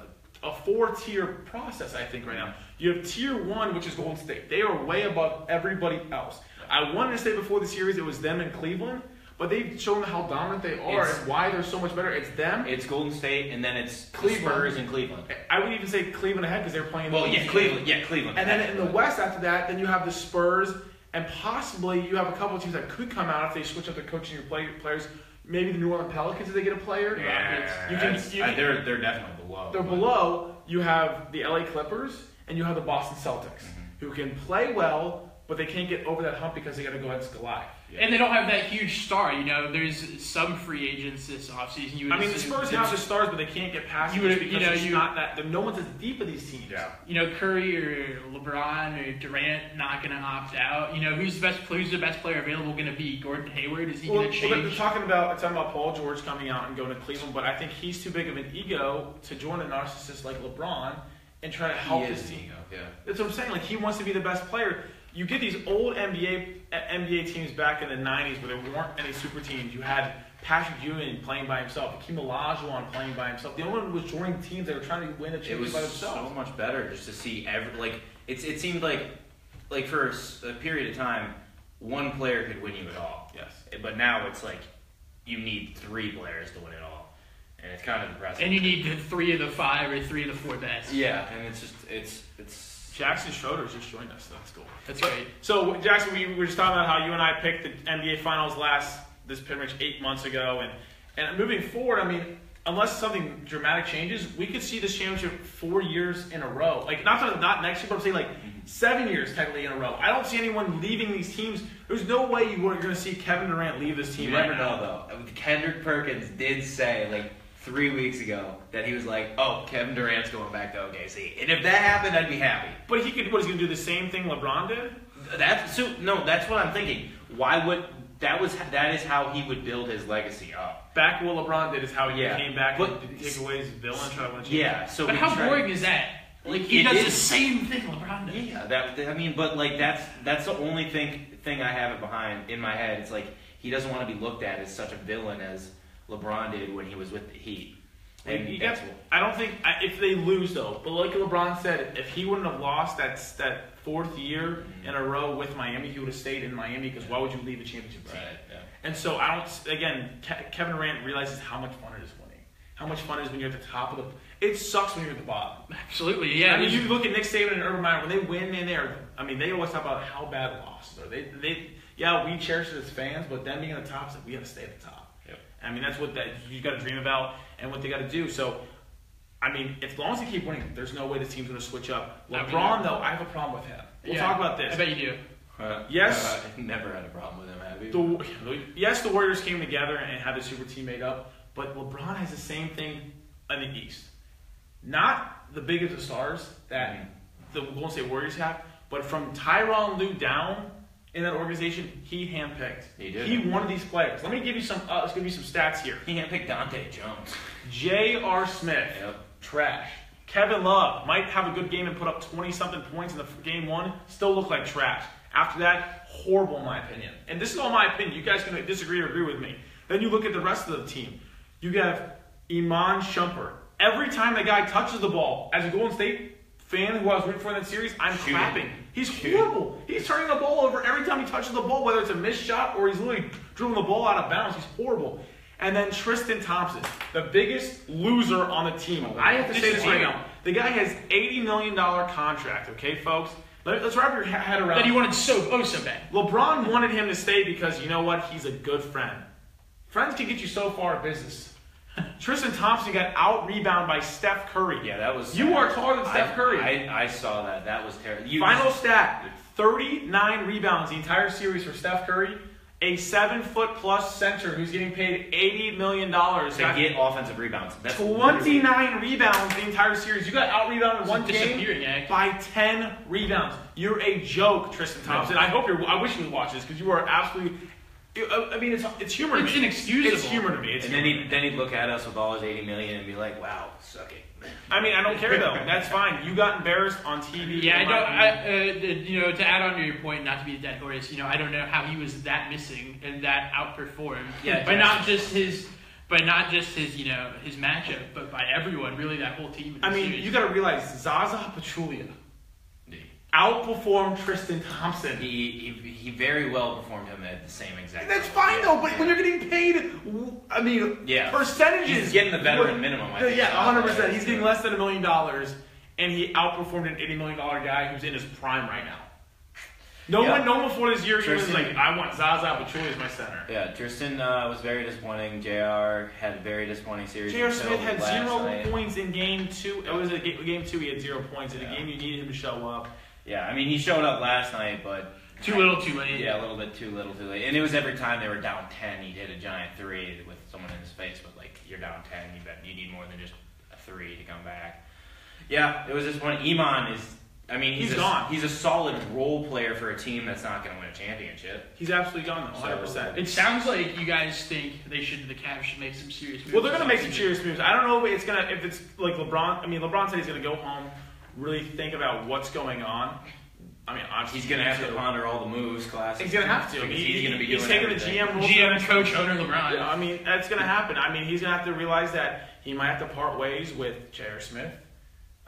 [SPEAKER 1] a four-tier process. I think right now you have tier one, which is Golden State. They are way above everybody else. I wanted to say before the series it was them and Cleveland, but they've shown how dominant they are
[SPEAKER 2] It's-
[SPEAKER 1] and why they're so much better. It's them
[SPEAKER 2] It's Golden State, and then it's the
[SPEAKER 1] Cleveland.
[SPEAKER 2] Spurs and Cleveland.
[SPEAKER 1] I would even say Cleveland ahead because they're playing.
[SPEAKER 2] Well, yeah, Cleveland. Yeah, Cleveland.
[SPEAKER 1] And then in the West after that, then you have the Spurs, and possibly you have a couple of teams that could come out if they switch up their coaching and play, players. Maybe the New Orleans Pelicans if they get a player.
[SPEAKER 2] Yeah,
[SPEAKER 1] you can,
[SPEAKER 2] that's-
[SPEAKER 1] you
[SPEAKER 2] uh,
[SPEAKER 1] can- they're,
[SPEAKER 2] they're they're definitely below. but-
[SPEAKER 1] below. You have the LA Clippers and you have the Boston Celtics,
[SPEAKER 3] Mm-hmm.
[SPEAKER 1] who can play well, but they can't get over that hump because they got to go against Goliath.
[SPEAKER 3] And they don't have that huge star, you know. There's some free agents this offseason. You would
[SPEAKER 1] I mean, the
[SPEAKER 3] assume-
[SPEAKER 1] Spurs have the stars, but they can't get past
[SPEAKER 3] You
[SPEAKER 1] them just
[SPEAKER 3] would- you
[SPEAKER 1] because
[SPEAKER 3] know,
[SPEAKER 1] it's
[SPEAKER 3] you-
[SPEAKER 1] not that. No one's as deep as these teams.
[SPEAKER 2] Yeah.
[SPEAKER 3] you know, Curry or LeBron or Durant not going to opt out. You know, who's the best? Who's the best player available going to be? Gordon Hayward is he
[SPEAKER 1] Well,
[SPEAKER 3] going to
[SPEAKER 1] well, they're
[SPEAKER 3] change?
[SPEAKER 1] talking about they're talking about Paul George coming out and going to Cleveland, but I think he's too big of an ego to join a narcissist like LeBron and try to help
[SPEAKER 2] He
[SPEAKER 1] his
[SPEAKER 2] is
[SPEAKER 1] team.
[SPEAKER 2] ego, yeah.
[SPEAKER 1] That's what I'm saying. Like he wants to be the best player. You get these old NBA uh, NBA teams back in the '90s where there weren't any super teams. You had Patrick Ewing playing by himself, Hakeem Olajuwon playing by himself. The only one was joining teams that were trying to win a
[SPEAKER 2] It was
[SPEAKER 1] championship by
[SPEAKER 2] so
[SPEAKER 1] themselves.
[SPEAKER 2] much better just to see every like it's it seemed like like for a s- a period of time one player could win you it all.
[SPEAKER 1] yes.
[SPEAKER 2] But now it's like you need three players to win it all, and it's kind of depressing.
[SPEAKER 3] And you need the three of the five or three of the four best.
[SPEAKER 2] yeah, and it's just it's it's
[SPEAKER 1] Jackson Schroeder just joined us. That's cool.
[SPEAKER 3] That's great.
[SPEAKER 1] So Jackson, we were just talking about how you and I picked the NBA Finals last this pretty much eight months ago, and and moving forward, I mean, unless something dramatic changes, we could see this championship four years in a row. Like not that- not next year, but I'm saying like
[SPEAKER 2] Mm-hmm.
[SPEAKER 1] seven years technically in a row. I don't see anyone leaving these teams. There's no way you were going to see Kevin Durant leave this
[SPEAKER 2] you
[SPEAKER 1] team.
[SPEAKER 2] never
[SPEAKER 1] right now.
[SPEAKER 2] know though. Kendrick Perkins did say like three weeks ago that he was like, oh, Kevin Durant's going back to OKC, and if that happened, I'd be happy.
[SPEAKER 1] But he could. What he's going to do the same thing LeBron did.
[SPEAKER 2] That's so, no. That's what I'm thinking. Why would that was that is how he would build his legacy up.
[SPEAKER 1] Back what LeBron did is how he
[SPEAKER 2] Yeah.
[SPEAKER 1] came back
[SPEAKER 2] But-
[SPEAKER 1] and take away his villain try to win a championship.
[SPEAKER 2] Yeah. So
[SPEAKER 3] But
[SPEAKER 2] we
[SPEAKER 3] how
[SPEAKER 2] try-
[SPEAKER 3] boring is that? Like he
[SPEAKER 2] It
[SPEAKER 3] does the
[SPEAKER 2] is.
[SPEAKER 3] same thing LeBron does.
[SPEAKER 2] Yeah. That I mean, but like that's that's the only thing thing I have it behind in my head. It's like he doesn't want to be looked at as such a villain as LeBron did when he was with the Heat. And
[SPEAKER 1] You
[SPEAKER 2] that's
[SPEAKER 1] got-
[SPEAKER 2] what-
[SPEAKER 1] I don't think I- if they lose though, but like LeBron said, if he wouldn't have lost that that fourth year in a row with Miami, he would have stayed in Miami because why would you leave a championship team?
[SPEAKER 2] Right, yeah.
[SPEAKER 1] And so I don't. Again, Ke- Kevin Durant realizes how much fun it is winning. how much fun it is when you're at the top of the. It sucks when you're at the bottom.
[SPEAKER 3] Absolutely, yeah.
[SPEAKER 1] I mean,
[SPEAKER 3] these-
[SPEAKER 1] you look at Nick Saban and Urban Meyer when they win, man. They are. I mean, they always talk about how bad losses are. They, they, yeah, we cherish it as fans, but them being at the top, is like, we got to stay at the top.
[SPEAKER 2] Yep.
[SPEAKER 1] I mean, that's what that you got to dream about and what they got to do. So, I mean, as long as they keep winning, there's no way this team's going to switch up.
[SPEAKER 3] I mean,
[SPEAKER 1] LeBron, though, I have a problem with him. We'll
[SPEAKER 3] yeah.
[SPEAKER 1] talk about this.
[SPEAKER 3] I bet you do.
[SPEAKER 4] Uh,
[SPEAKER 1] Yes.
[SPEAKER 4] uh, never had a problem with him, have you?
[SPEAKER 1] The, yes, the Warriors came together and had the super team made up, but LeBron has the same thing in the East. Not the biggest of stars that
[SPEAKER 4] Mm-hmm.
[SPEAKER 1] the Golden State Warriors have, but from Tyronn Lue down in that organization, he handpicked.
[SPEAKER 4] He did.
[SPEAKER 1] He wanted these players. Let me give you some. Uh, let's give you some stats here.
[SPEAKER 4] He handpicked Dante Jones.
[SPEAKER 1] J.R. Smith,
[SPEAKER 4] Yep.
[SPEAKER 1] trash. Kevin Love might have a good game and put up 20 something points in the f- game one, still look like trash. After that, horrible in my opinion. And this is all my opinion. You guys can disagree or agree with me. Then you look at the rest of the team. You have Iman Shumpert. Every time the guy touches the ball, as a Golden State fan who I was rooting for in that series, I'm
[SPEAKER 2] Shooting.
[SPEAKER 1] clapping. He's horrible. He's turning the ball over every time he touches the ball, whether it's a missed shot or he's literally drilling the ball out of bounds. He's horrible. And then Tristan Thompson, the biggest loser on the team.
[SPEAKER 2] Oh,
[SPEAKER 1] I have to say this right now. The guy has $80 million contract, okay, folks? Let, us wrap your he- head around
[SPEAKER 3] That he wanted so oh so bad.
[SPEAKER 1] LeBron wanted him to stay because you know what? He's a good friend. Friends can get you so far in business. Tristan Thompson got out rebounded by Steph Curry.
[SPEAKER 2] Yeah, that was.
[SPEAKER 1] You are taller than Steph
[SPEAKER 2] I-
[SPEAKER 1] Curry.
[SPEAKER 2] I, I saw that. That was terrible. You,
[SPEAKER 1] Final stat 39 rebounds the entire series for Steph Curry, a seven foot plus center who's getting paid $80 million.
[SPEAKER 2] to
[SPEAKER 1] got
[SPEAKER 2] get offensive rebounds. That's literally-
[SPEAKER 1] 29 rebounds the entire series. You got out rebounded
[SPEAKER 3] It's
[SPEAKER 1] one
[SPEAKER 3] a disappearing
[SPEAKER 1] game
[SPEAKER 3] act.
[SPEAKER 1] by 10 rebounds. You're a joke, Tristan Thompson. I hope you're. I wish you would watch this because you are absolutely. I I mean, it's it's humor. to
[SPEAKER 3] It's
[SPEAKER 1] me.
[SPEAKER 3] inexcusable.
[SPEAKER 1] It's humor to me. It's
[SPEAKER 2] And then
[SPEAKER 1] humor.
[SPEAKER 2] he'd, then he'd look at us with all his 80 million and be like, wow, suck it.
[SPEAKER 1] I mean, I don't care though. That's fine. You got embarrassed on TV.
[SPEAKER 3] Yeah, I
[SPEAKER 1] in my opinion.
[SPEAKER 3] don't. I, uh, you know, to add on to your point, not to be a dead horse. You know, I don't know how he was that missing and that outperformed.
[SPEAKER 2] Yeah,
[SPEAKER 3] but
[SPEAKER 2] yeah.
[SPEAKER 3] not just his, but not just his. You know, his matchup, but by everyone, really, that whole team. in the
[SPEAKER 1] I mean,
[SPEAKER 3] series.
[SPEAKER 1] you got to realize Zaza Pachulia outperformed Tristan Thompson.
[SPEAKER 2] He, he, he very well performed him at the same exact.
[SPEAKER 1] And That's
[SPEAKER 2] level.
[SPEAKER 1] fine
[SPEAKER 2] Yeah,
[SPEAKER 1] though, but
[SPEAKER 2] yeah.
[SPEAKER 1] when you're getting paid, I mean,
[SPEAKER 2] Yeah.
[SPEAKER 1] percentages.
[SPEAKER 2] He's getting the veteran
[SPEAKER 1] Look,
[SPEAKER 2] minimum, I
[SPEAKER 1] yeah,
[SPEAKER 2] think.
[SPEAKER 1] yeah, 100. percent He's
[SPEAKER 2] Yeah.
[SPEAKER 1] getting less than a million dollars, and he outperformed an 80 million dollar guy who's in his prime right now. No
[SPEAKER 2] Yeah.
[SPEAKER 1] one, no one before this year even was
[SPEAKER 2] Tristan-
[SPEAKER 1] like, I want Zaza Pachulia as my center.
[SPEAKER 2] Yeah, Tristan uh, was very disappointing. JR had a very disappointing series.
[SPEAKER 1] J.R.
[SPEAKER 2] until
[SPEAKER 1] Smith had
[SPEAKER 2] last
[SPEAKER 1] zero
[SPEAKER 2] night.
[SPEAKER 1] points in game two. It was a ga- game two. He had zero points in a
[SPEAKER 2] Yeah.
[SPEAKER 1] game you needed him to show up.
[SPEAKER 2] Yeah, I mean, he showed up last night, but.
[SPEAKER 3] too little, too late.
[SPEAKER 2] Yeah, a little bit too little, too late. And it was every time they were down 10, he'd hit a giant three with someone in his face. But, like, you're down 10, you, bet, you need more than just a three to come back. Yeah, it was just one. Iman is. I mean, he's,
[SPEAKER 1] He's
[SPEAKER 2] a,
[SPEAKER 1] gone.
[SPEAKER 2] He's a solid role player for a team that's not going to win a championship.
[SPEAKER 1] He's absolutely gone though, 100. percent
[SPEAKER 3] It sounds like you guys think they should. The Cavs should make some serious. Moves
[SPEAKER 1] Well, they're gonna make some serious moves. I don't know if it's gonna if it's like LeBron. I mean, LeBron said he's gonna go home, really think about what's going on. I mean, obviously
[SPEAKER 2] He's going to have to
[SPEAKER 1] too.
[SPEAKER 2] ponder all the moves, classes.
[SPEAKER 1] He's gonna have to. I mean,
[SPEAKER 2] Because
[SPEAKER 1] he-
[SPEAKER 2] he's going to be
[SPEAKER 1] he's
[SPEAKER 2] doing
[SPEAKER 1] taking
[SPEAKER 2] everything.
[SPEAKER 1] the GM role.
[SPEAKER 3] GM, coach, owner, LeBron.
[SPEAKER 1] Yeah, I mean, that's gonna happen. I mean, he's gonna have to realize that he might have to part ways with J.R. Smith.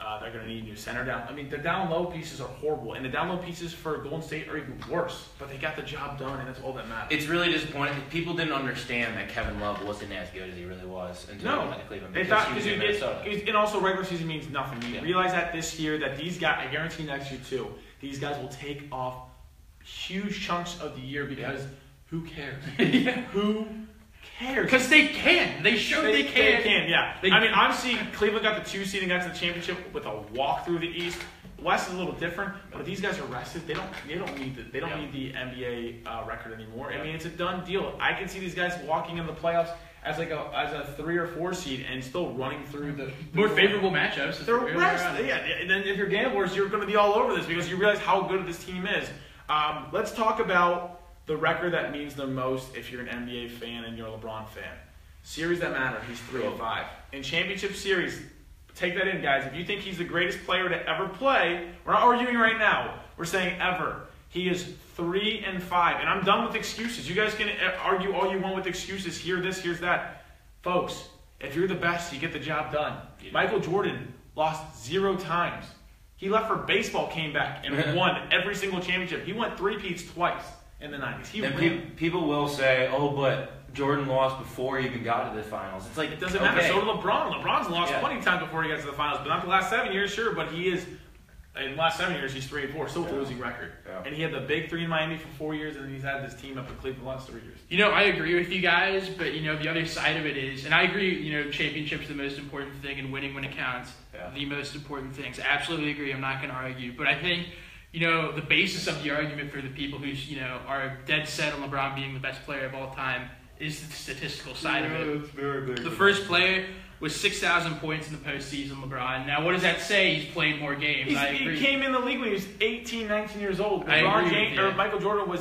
[SPEAKER 1] Uh, they're gonna need a new center down. I mean, the down low pieces are horrible, and the down low pieces for Golden State are even worse. But they got the job done, and that's all that matters.
[SPEAKER 2] It's really disappointing. People didn't understand that Kevin Love wasn't as good as he really was until he
[SPEAKER 1] No,
[SPEAKER 2] went to Cleveland.
[SPEAKER 1] they
[SPEAKER 2] because
[SPEAKER 1] thought
[SPEAKER 2] he
[SPEAKER 1] because
[SPEAKER 2] was
[SPEAKER 1] you
[SPEAKER 2] in
[SPEAKER 1] did,
[SPEAKER 2] Minnesota.
[SPEAKER 1] and also regular season means nothing. You
[SPEAKER 2] Yeah.
[SPEAKER 1] realize that this year that these guys, I guarantee next year too, these guys will take off huge chunks of the year because who cares? Who cares?
[SPEAKER 3] Because they can. They showed they, can.
[SPEAKER 1] They can, yeah.
[SPEAKER 3] They-
[SPEAKER 1] I mean, obviously Cleveland got the two seed and got to the championship with a walk through the East. West is a little different, but if these guys are rested. They don't. They don't need the. They don't
[SPEAKER 2] Yeah.
[SPEAKER 1] need the NBA uh, record anymore.
[SPEAKER 2] Yeah.
[SPEAKER 1] I mean, it's a done deal. I can see these guys walking in the playoffs as like a as a three or four seed and still running through the
[SPEAKER 3] More favorable matchups.
[SPEAKER 1] They're rested. Yeah, yeah, and then if you're gamblers, you're going to be all over this because you realize how good this team is. Um, let's talk about the record that means the most if you're an NBA fan and you're a LeBron fan. Series that matter. He's three and five in championship series. Take that in, guys. If you think he's the greatest player to ever play, we're not arguing right now. We're saying ever. He is three and five, and I'm done with excuses. You guys can uh, argue all you want with excuses. Here, this, here's that, folks. If you're the best, you get the job done. Michael Jordan lost zero times. He left for baseball, came back, and won every single championship. He won three peats twice in the 90s. He
[SPEAKER 2] And
[SPEAKER 1] won.
[SPEAKER 2] pe- people will say, "Oh, but
[SPEAKER 4] Jordan lost before he even got to the finals. It's like
[SPEAKER 1] It doesn't matter.
[SPEAKER 4] okay.
[SPEAKER 1] So did LeBron. LeBron's lost
[SPEAKER 4] Yeah.
[SPEAKER 1] plenty of times before he got to the finals, but not the last seven years, sure. But he is in the last seven years he's three and four, still a
[SPEAKER 4] Yeah.
[SPEAKER 1] losing record.
[SPEAKER 4] Yeah.
[SPEAKER 1] And he had the big three in Miami for four years, and then he's had this team up in Cleveland the last three years.
[SPEAKER 3] You know, I agree with you guys, but you know, the other side of it is, and I agree, you know, championships the most important thing and winning when it counts,
[SPEAKER 4] Yeah.
[SPEAKER 3] the most important things. Absolutely agree. I'm not going to argue, but I think, you know, the basis of the argument for the people who, you know, are dead set on LeBron being the best player of all time is the statistical side of it. The first player was 6,000 points in the postseason, LeBron. Now, what does that say? He's played more games.
[SPEAKER 1] He's,
[SPEAKER 3] I
[SPEAKER 1] he
[SPEAKER 3] agree.
[SPEAKER 1] came in the league when he was 18, 19 years old.
[SPEAKER 3] I
[SPEAKER 1] LeBron
[SPEAKER 3] agree with
[SPEAKER 1] James
[SPEAKER 3] you.
[SPEAKER 1] or Michael Jordan was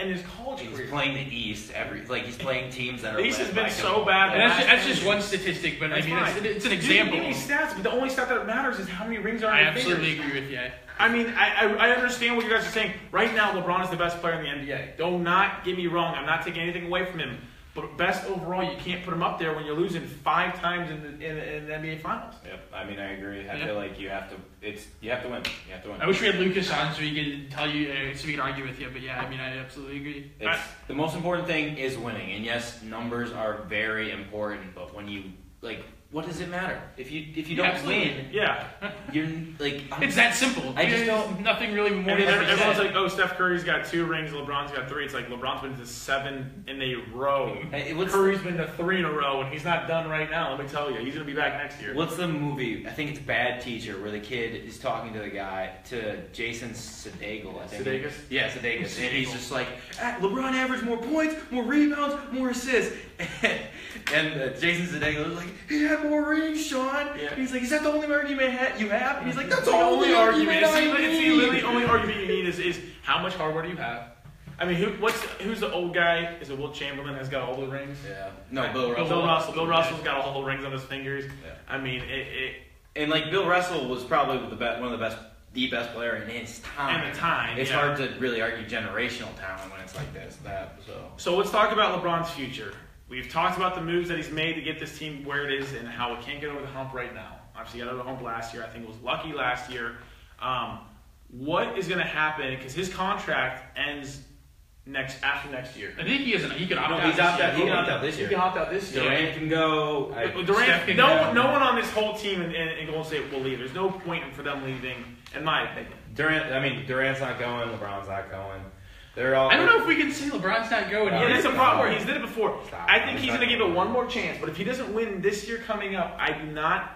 [SPEAKER 1] in his college
[SPEAKER 4] He's
[SPEAKER 1] career.
[SPEAKER 4] playing the East every like he's playing teams that are.
[SPEAKER 1] The East
[SPEAKER 4] led
[SPEAKER 1] has been
[SPEAKER 4] by
[SPEAKER 1] so
[SPEAKER 4] Gilmore.
[SPEAKER 1] bad
[SPEAKER 3] And that's, ju- that's just one statistic, but
[SPEAKER 1] That's
[SPEAKER 3] I mean, it's,
[SPEAKER 1] fine.
[SPEAKER 3] it's an
[SPEAKER 1] Dude,
[SPEAKER 3] example.
[SPEAKER 1] you give me stats, but the only stat that matters is how many rings are on
[SPEAKER 3] I
[SPEAKER 1] your
[SPEAKER 3] absolutely
[SPEAKER 1] fingers.
[SPEAKER 3] agree with you.
[SPEAKER 1] I mean, I, I, I understand what you guys are saying. Right now, LeBron is the best player in the NBA. Don't not get me wrong. I'm not taking anything away from him. But best overall, you can't put him up there when you're losing five times in the, in, in the NBA Finals.
[SPEAKER 2] Yep, I mean I agree. I
[SPEAKER 3] Yeah.
[SPEAKER 2] feel like you have to. It's you have to win. You have to win.
[SPEAKER 3] I wish we had Lucas on so he could tell you, uh, so he could argue with you. But yeah, I mean, I absolutely agree.
[SPEAKER 2] It's, the most important thing is winning, and yes, numbers are very important. But when you like, what does it matter if you if you don't
[SPEAKER 3] Absolutely.
[SPEAKER 2] win?
[SPEAKER 1] Yeah.
[SPEAKER 2] You're like, I'm-
[SPEAKER 3] It's that simple.
[SPEAKER 2] I just
[SPEAKER 3] There's
[SPEAKER 2] don't-
[SPEAKER 3] Nothing really more.
[SPEAKER 1] And
[SPEAKER 3] than
[SPEAKER 1] then
[SPEAKER 3] that.
[SPEAKER 1] everyone's like, oh, Steph Curry's got two rings, LeBron's got three. It's like LeBron's been to seven in a row.
[SPEAKER 2] Hey, what's-
[SPEAKER 1] Curry's been to three in a row, and he's not done right now. Let me tell you, he's gonna be back next year.
[SPEAKER 2] What's the movie? I think it's Bad Teacher, where the kid is talking to the guy, to Jason Sudeikis. I think.
[SPEAKER 1] Sudeikis?
[SPEAKER 2] Yeah, Sudeikis, and he's
[SPEAKER 3] Sudeikis.
[SPEAKER 2] just like, "Ah, LeBron averaged more points, more rebounds, more assists, and uh, Jason Sudeikis was like, he had more rings, Sean.
[SPEAKER 1] Yeah.
[SPEAKER 2] He's like, is that the only argument ha- you have? And he's like, that's
[SPEAKER 1] the only argument. It's,
[SPEAKER 2] I
[SPEAKER 1] the- it's the
[SPEAKER 2] need."
[SPEAKER 1] literally only argument you need is, is how much hardware do you have? I mean, who, what's who's the old guy? Is it Will Chamberlain? Has got all the rings.
[SPEAKER 4] Yeah.
[SPEAKER 2] No, Bill Russell.
[SPEAKER 1] Bill Russell. Bill Russell's got all the rings on his fingers.
[SPEAKER 2] Yeah.
[SPEAKER 1] I mean, it, it
[SPEAKER 2] And like Bill Russell was probably the best, one of the best, the best player in his time.
[SPEAKER 1] and the time.
[SPEAKER 2] It's
[SPEAKER 1] yeah.
[SPEAKER 2] hard to really argue generational talent when it's like this, that. So
[SPEAKER 1] So let's talk about LeBron's future. We've talked about the moves that he's made to get this team where it is and how it can't get over the hump right now. Obviously, he got over the hump last year. I think it was lucky last year. Um, what is going to happen? Because his contract ends next after next year.
[SPEAKER 3] I think he is. He could opt
[SPEAKER 2] No,
[SPEAKER 3] out.
[SPEAKER 2] he's
[SPEAKER 3] this
[SPEAKER 2] opt out.
[SPEAKER 3] year.
[SPEAKER 2] He can opt out this year.
[SPEAKER 1] He can opt out this year.
[SPEAKER 2] Durant can go. I-
[SPEAKER 1] Durant,
[SPEAKER 3] Steph can
[SPEAKER 1] no,
[SPEAKER 3] go.
[SPEAKER 1] no one on this whole team in, in, in Golden State will leave. There's no point for them leaving, in my opinion.
[SPEAKER 2] Durant, I mean, Durant's not going. LeBron's not going. They're all.
[SPEAKER 3] I don't know if we can say LeBron's not going.
[SPEAKER 1] Yeah, that's a
[SPEAKER 3] He's-
[SPEAKER 1] problem. He's did it before.
[SPEAKER 2] Stop.
[SPEAKER 1] I think he's going to give it one more chance. But if he doesn't win this year coming up, I do not.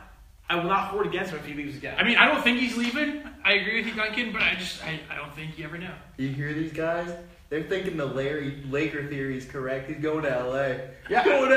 [SPEAKER 1] I will not hoard against him if he leaves again.
[SPEAKER 3] I mean, I don't think he's leaving. I agree with you, Duncan, but I just, I, I don't think you ever know.
[SPEAKER 5] You hear these guys? They're thinking the Larry Laker theory is correct. He's going to LA. He's
[SPEAKER 1] Yeah.
[SPEAKER 5] going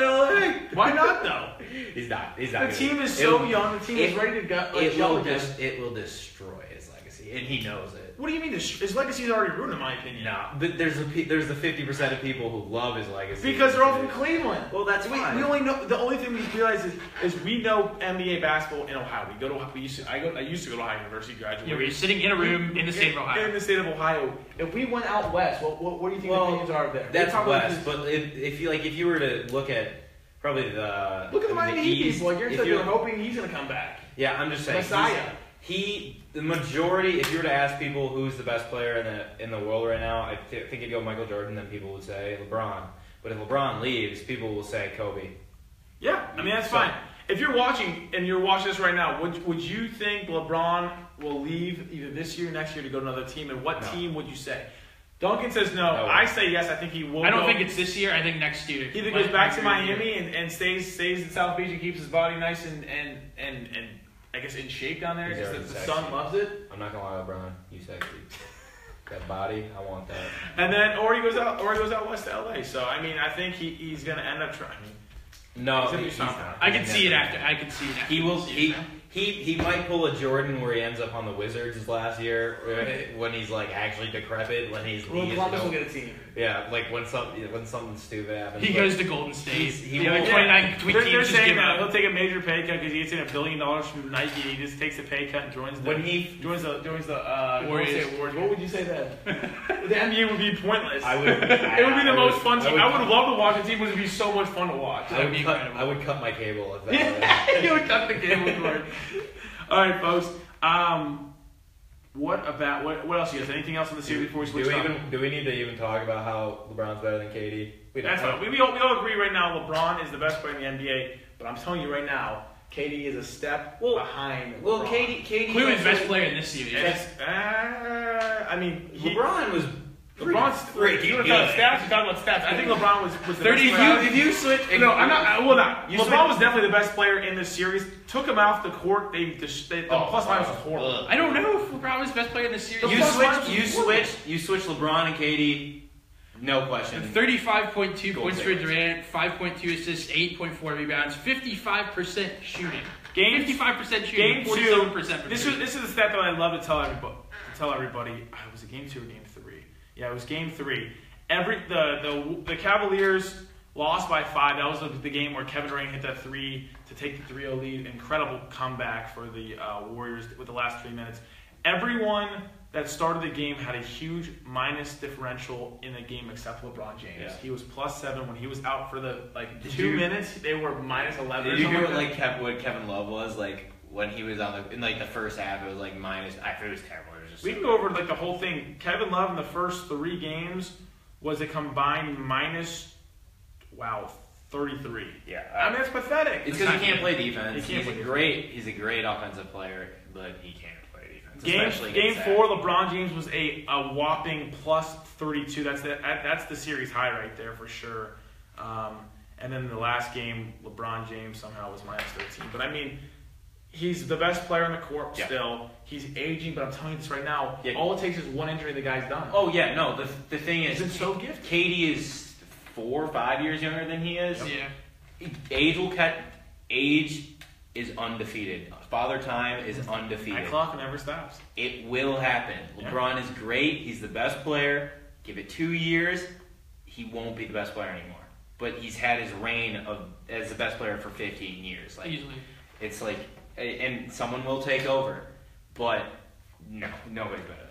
[SPEAKER 5] to
[SPEAKER 1] why not though?
[SPEAKER 2] He's not. He's
[SPEAKER 1] The
[SPEAKER 2] not.
[SPEAKER 1] team is so
[SPEAKER 2] It-
[SPEAKER 1] young. The team is
[SPEAKER 2] it-
[SPEAKER 1] ready to go. Like,
[SPEAKER 2] It will
[SPEAKER 1] go again.
[SPEAKER 2] just. It will destroy his legacy, and he knows it.
[SPEAKER 1] What do you mean? His, his legacy's already ruined, in my opinion.
[SPEAKER 2] No, but there's a pe- there's the fifty percent of people who love his legacy
[SPEAKER 1] Because they're all from Cleveland.
[SPEAKER 5] Well, that's
[SPEAKER 1] we,
[SPEAKER 5] fine.
[SPEAKER 1] We only know the only thing we realize is, is we know NBA basketball in Ohio. We go to Ohio- we used to, I go I used to go to Ohio University graduate.
[SPEAKER 3] You know, you're sitting in a room in the state of
[SPEAKER 1] In
[SPEAKER 3] Ohio.
[SPEAKER 1] the state of Ohio. If we went out west, what what, what do you think
[SPEAKER 2] Well,
[SPEAKER 1] the fans are up there?
[SPEAKER 2] That's
[SPEAKER 1] We're talking
[SPEAKER 2] west, but if, if you like, if you were to look at probably the
[SPEAKER 1] Look at the Miami Heat
[SPEAKER 2] East,
[SPEAKER 1] people. Like you're,
[SPEAKER 2] if
[SPEAKER 1] said
[SPEAKER 2] you-
[SPEAKER 1] you're hoping he's gonna come back.
[SPEAKER 2] Yeah, I'm just saying. he's-
[SPEAKER 1] Messiah.
[SPEAKER 2] He, the majority. If you were to ask people who's the best player in the in the world right now, I th- think it'd go Michael Jordan. Then people would say LeBron. But if LeBron leaves, people will say Kobe.
[SPEAKER 1] Yeah, I mean that's
[SPEAKER 2] So-
[SPEAKER 1] fine. If you're watching and you're watching this right now, would would you think LeBron will leave either this year or next year to go to another team? And what
[SPEAKER 2] No.
[SPEAKER 1] team would you say? Duncan says no.
[SPEAKER 2] No.
[SPEAKER 1] I say yes. I think he will.
[SPEAKER 3] I don't
[SPEAKER 1] go.
[SPEAKER 3] think it's this year. I think next year.
[SPEAKER 1] Either
[SPEAKER 3] Like,
[SPEAKER 1] goes back
[SPEAKER 3] I
[SPEAKER 1] to
[SPEAKER 3] agree with you.
[SPEAKER 1] Miami and, and stays stays in South Beach and keeps his body nice and and and, and I guess in shape down there
[SPEAKER 2] He's
[SPEAKER 1] because the,
[SPEAKER 2] already
[SPEAKER 1] the
[SPEAKER 2] sexy.
[SPEAKER 1] sun loves it.
[SPEAKER 2] I'm not gonna lie, LeBron. You sexy. that body, I want that.
[SPEAKER 1] And then or he goes out or he goes out west to LA. So I mean I think he, he's gonna end up trying.
[SPEAKER 2] No,
[SPEAKER 1] He's gonna do
[SPEAKER 2] he- he's
[SPEAKER 1] something.
[SPEAKER 2] not.
[SPEAKER 3] I can
[SPEAKER 2] He's
[SPEAKER 3] see it
[SPEAKER 2] never-
[SPEAKER 3] after. I can see it after.
[SPEAKER 2] He will.
[SPEAKER 3] this
[SPEAKER 2] He,
[SPEAKER 3] year, man.
[SPEAKER 2] he he might pull a Jordan where he ends up on the Wizards his last year uh, when he's like actually decrepit when he's
[SPEAKER 1] Well,
[SPEAKER 2] he is
[SPEAKER 1] Columbus
[SPEAKER 2] no-
[SPEAKER 1] will get a team.
[SPEAKER 2] yeah like when something when something stupid happens.
[SPEAKER 3] He
[SPEAKER 2] but-
[SPEAKER 3] goes to Golden State.
[SPEAKER 2] He's- he
[SPEAKER 3] the other
[SPEAKER 2] won't-
[SPEAKER 3] 29
[SPEAKER 1] They're,
[SPEAKER 3] tweet
[SPEAKER 1] they're
[SPEAKER 3] teams just
[SPEAKER 1] saying
[SPEAKER 3] give
[SPEAKER 1] that
[SPEAKER 3] up.
[SPEAKER 1] he'll take a major pay cut because he gets in a billion dollars from Nike. and He just takes a pay cut and joins the
[SPEAKER 2] When he-
[SPEAKER 1] joins the joins the uh,
[SPEAKER 3] Warriors.
[SPEAKER 1] Golden State Warriors. What would you say then? the NBA would be pointless.
[SPEAKER 2] I would. I-
[SPEAKER 1] it would be the
[SPEAKER 2] I
[SPEAKER 1] most fun team. I would,
[SPEAKER 2] I
[SPEAKER 1] love to watch a team. It would be so much fun to watch.
[SPEAKER 2] I
[SPEAKER 3] That'd be
[SPEAKER 2] would, cut,
[SPEAKER 3] incredible.
[SPEAKER 2] I would cut my cable if that.
[SPEAKER 1] you would cut the cable cord. All right, folks. Um, What about what? What else? You guys? Anything else in the series before we
[SPEAKER 6] do
[SPEAKER 1] switch?
[SPEAKER 6] we
[SPEAKER 1] up?
[SPEAKER 6] even do we need to even talk about how LeBron's better than KD? We don't.
[SPEAKER 1] That's
[SPEAKER 6] know.
[SPEAKER 1] fine. We, we, all, we all agree right now LeBron is the best player in the NBA, but I'm telling you right now, KD is a step
[SPEAKER 2] Well-
[SPEAKER 1] behind.
[SPEAKER 2] Well,
[SPEAKER 1] LeBron.
[SPEAKER 2] KD, KD
[SPEAKER 3] Clearly the
[SPEAKER 2] actually-
[SPEAKER 3] best player in this series.
[SPEAKER 1] And it's, uh, I mean, he,
[SPEAKER 2] LeBron was pretty
[SPEAKER 1] LeBron's
[SPEAKER 2] freaking
[SPEAKER 1] You want
[SPEAKER 2] good.
[SPEAKER 1] to talk stats? You talk about stats. I think LeBron was, was the
[SPEAKER 3] 30
[SPEAKER 1] best
[SPEAKER 2] If
[SPEAKER 1] player.
[SPEAKER 2] you, if you switch, if
[SPEAKER 1] no, I'm not. I will not.
[SPEAKER 2] You
[SPEAKER 1] LeBron
[SPEAKER 2] switch-
[SPEAKER 1] was definitely the best player in this series. Took him off the court. They, dis- they the
[SPEAKER 2] Oh,
[SPEAKER 1] plus minus
[SPEAKER 2] wow.
[SPEAKER 1] was horrible.
[SPEAKER 2] Ugh.
[SPEAKER 3] I don't know if LeBron was the best player in the series.
[SPEAKER 2] You
[SPEAKER 1] plus
[SPEAKER 2] switch,
[SPEAKER 1] minus
[SPEAKER 2] you
[SPEAKER 1] was
[SPEAKER 2] switch, you switch LeBron and KD. No question.
[SPEAKER 3] 35.2
[SPEAKER 2] Golden
[SPEAKER 3] points for
[SPEAKER 2] State.
[SPEAKER 3] Durant, 5.2 assists, 8.4 rebounds, 55% shooting.
[SPEAKER 1] Game-
[SPEAKER 3] 55% shooting,
[SPEAKER 1] Game
[SPEAKER 3] 47%
[SPEAKER 1] two.
[SPEAKER 3] from
[SPEAKER 1] This
[SPEAKER 3] three.
[SPEAKER 1] is this is a stat that I love to tell everybody. To tell everybody, Ah, was it game two or game three? Yeah, it was game three. Every the the the Cavaliers lost by five. That was the, the game where Kevin Durant hit that three to take the 3-0 lead. Incredible comeback for the uh, Warriors with the last three minutes. Everyone that started the game had a huge minus differential in the game except LeBron James.
[SPEAKER 2] Yeah.
[SPEAKER 1] He was plus seven when he was out for the like
[SPEAKER 4] Did
[SPEAKER 1] two
[SPEAKER 4] you-
[SPEAKER 1] minutes. They were minus eleven. or
[SPEAKER 4] Did you
[SPEAKER 1] something
[SPEAKER 4] hear
[SPEAKER 1] like
[SPEAKER 4] what
[SPEAKER 1] that.
[SPEAKER 4] like Kev, what Kevin Love was like when he was on the in like the first half? It was like minus. I it was terrible. It was just
[SPEAKER 1] We
[SPEAKER 4] so
[SPEAKER 1] can go over like the whole thing. Kevin Love in the first three games was a combined minus, wow, thirty-three.
[SPEAKER 2] Yeah.
[SPEAKER 1] I mean, that's pathetic.
[SPEAKER 4] uh, It's because he can't play defense.
[SPEAKER 1] He can't
[SPEAKER 4] he's
[SPEAKER 1] play
[SPEAKER 4] a great. He's a great offensive player, but he can't play defense.
[SPEAKER 1] Game,
[SPEAKER 4] especially
[SPEAKER 1] game
[SPEAKER 4] against that.
[SPEAKER 1] four, LeBron James was a, a whopping plus 32. That's the, that- that's the series high right there for sure. Um, and then the last game, LeBron James somehow was minus 13. But I mean, he's the best player on the court
[SPEAKER 2] Yeah.
[SPEAKER 1] still. He's aging, but I'm telling you this right now.
[SPEAKER 2] Yeah.
[SPEAKER 1] All it takes is one injury, the guy's done.
[SPEAKER 2] Oh yeah, no. The the thing
[SPEAKER 1] he's been
[SPEAKER 2] is,
[SPEAKER 1] so gifted.
[SPEAKER 2] Katie is four or five years younger than he is.
[SPEAKER 3] yeah.
[SPEAKER 2] Age will cut. Age is undefeated. Father time is
[SPEAKER 1] That
[SPEAKER 2] undefeated.
[SPEAKER 1] clock never stops.
[SPEAKER 2] It will happen.
[SPEAKER 1] Yeah.
[SPEAKER 2] LeBron is great. He's the best player. Give it two years, he won't be the best player anymore. But he's had his reign of as the best player for 15 years. Like
[SPEAKER 3] Easily.
[SPEAKER 2] it's like, a- and someone will take over. But no, nobody's better than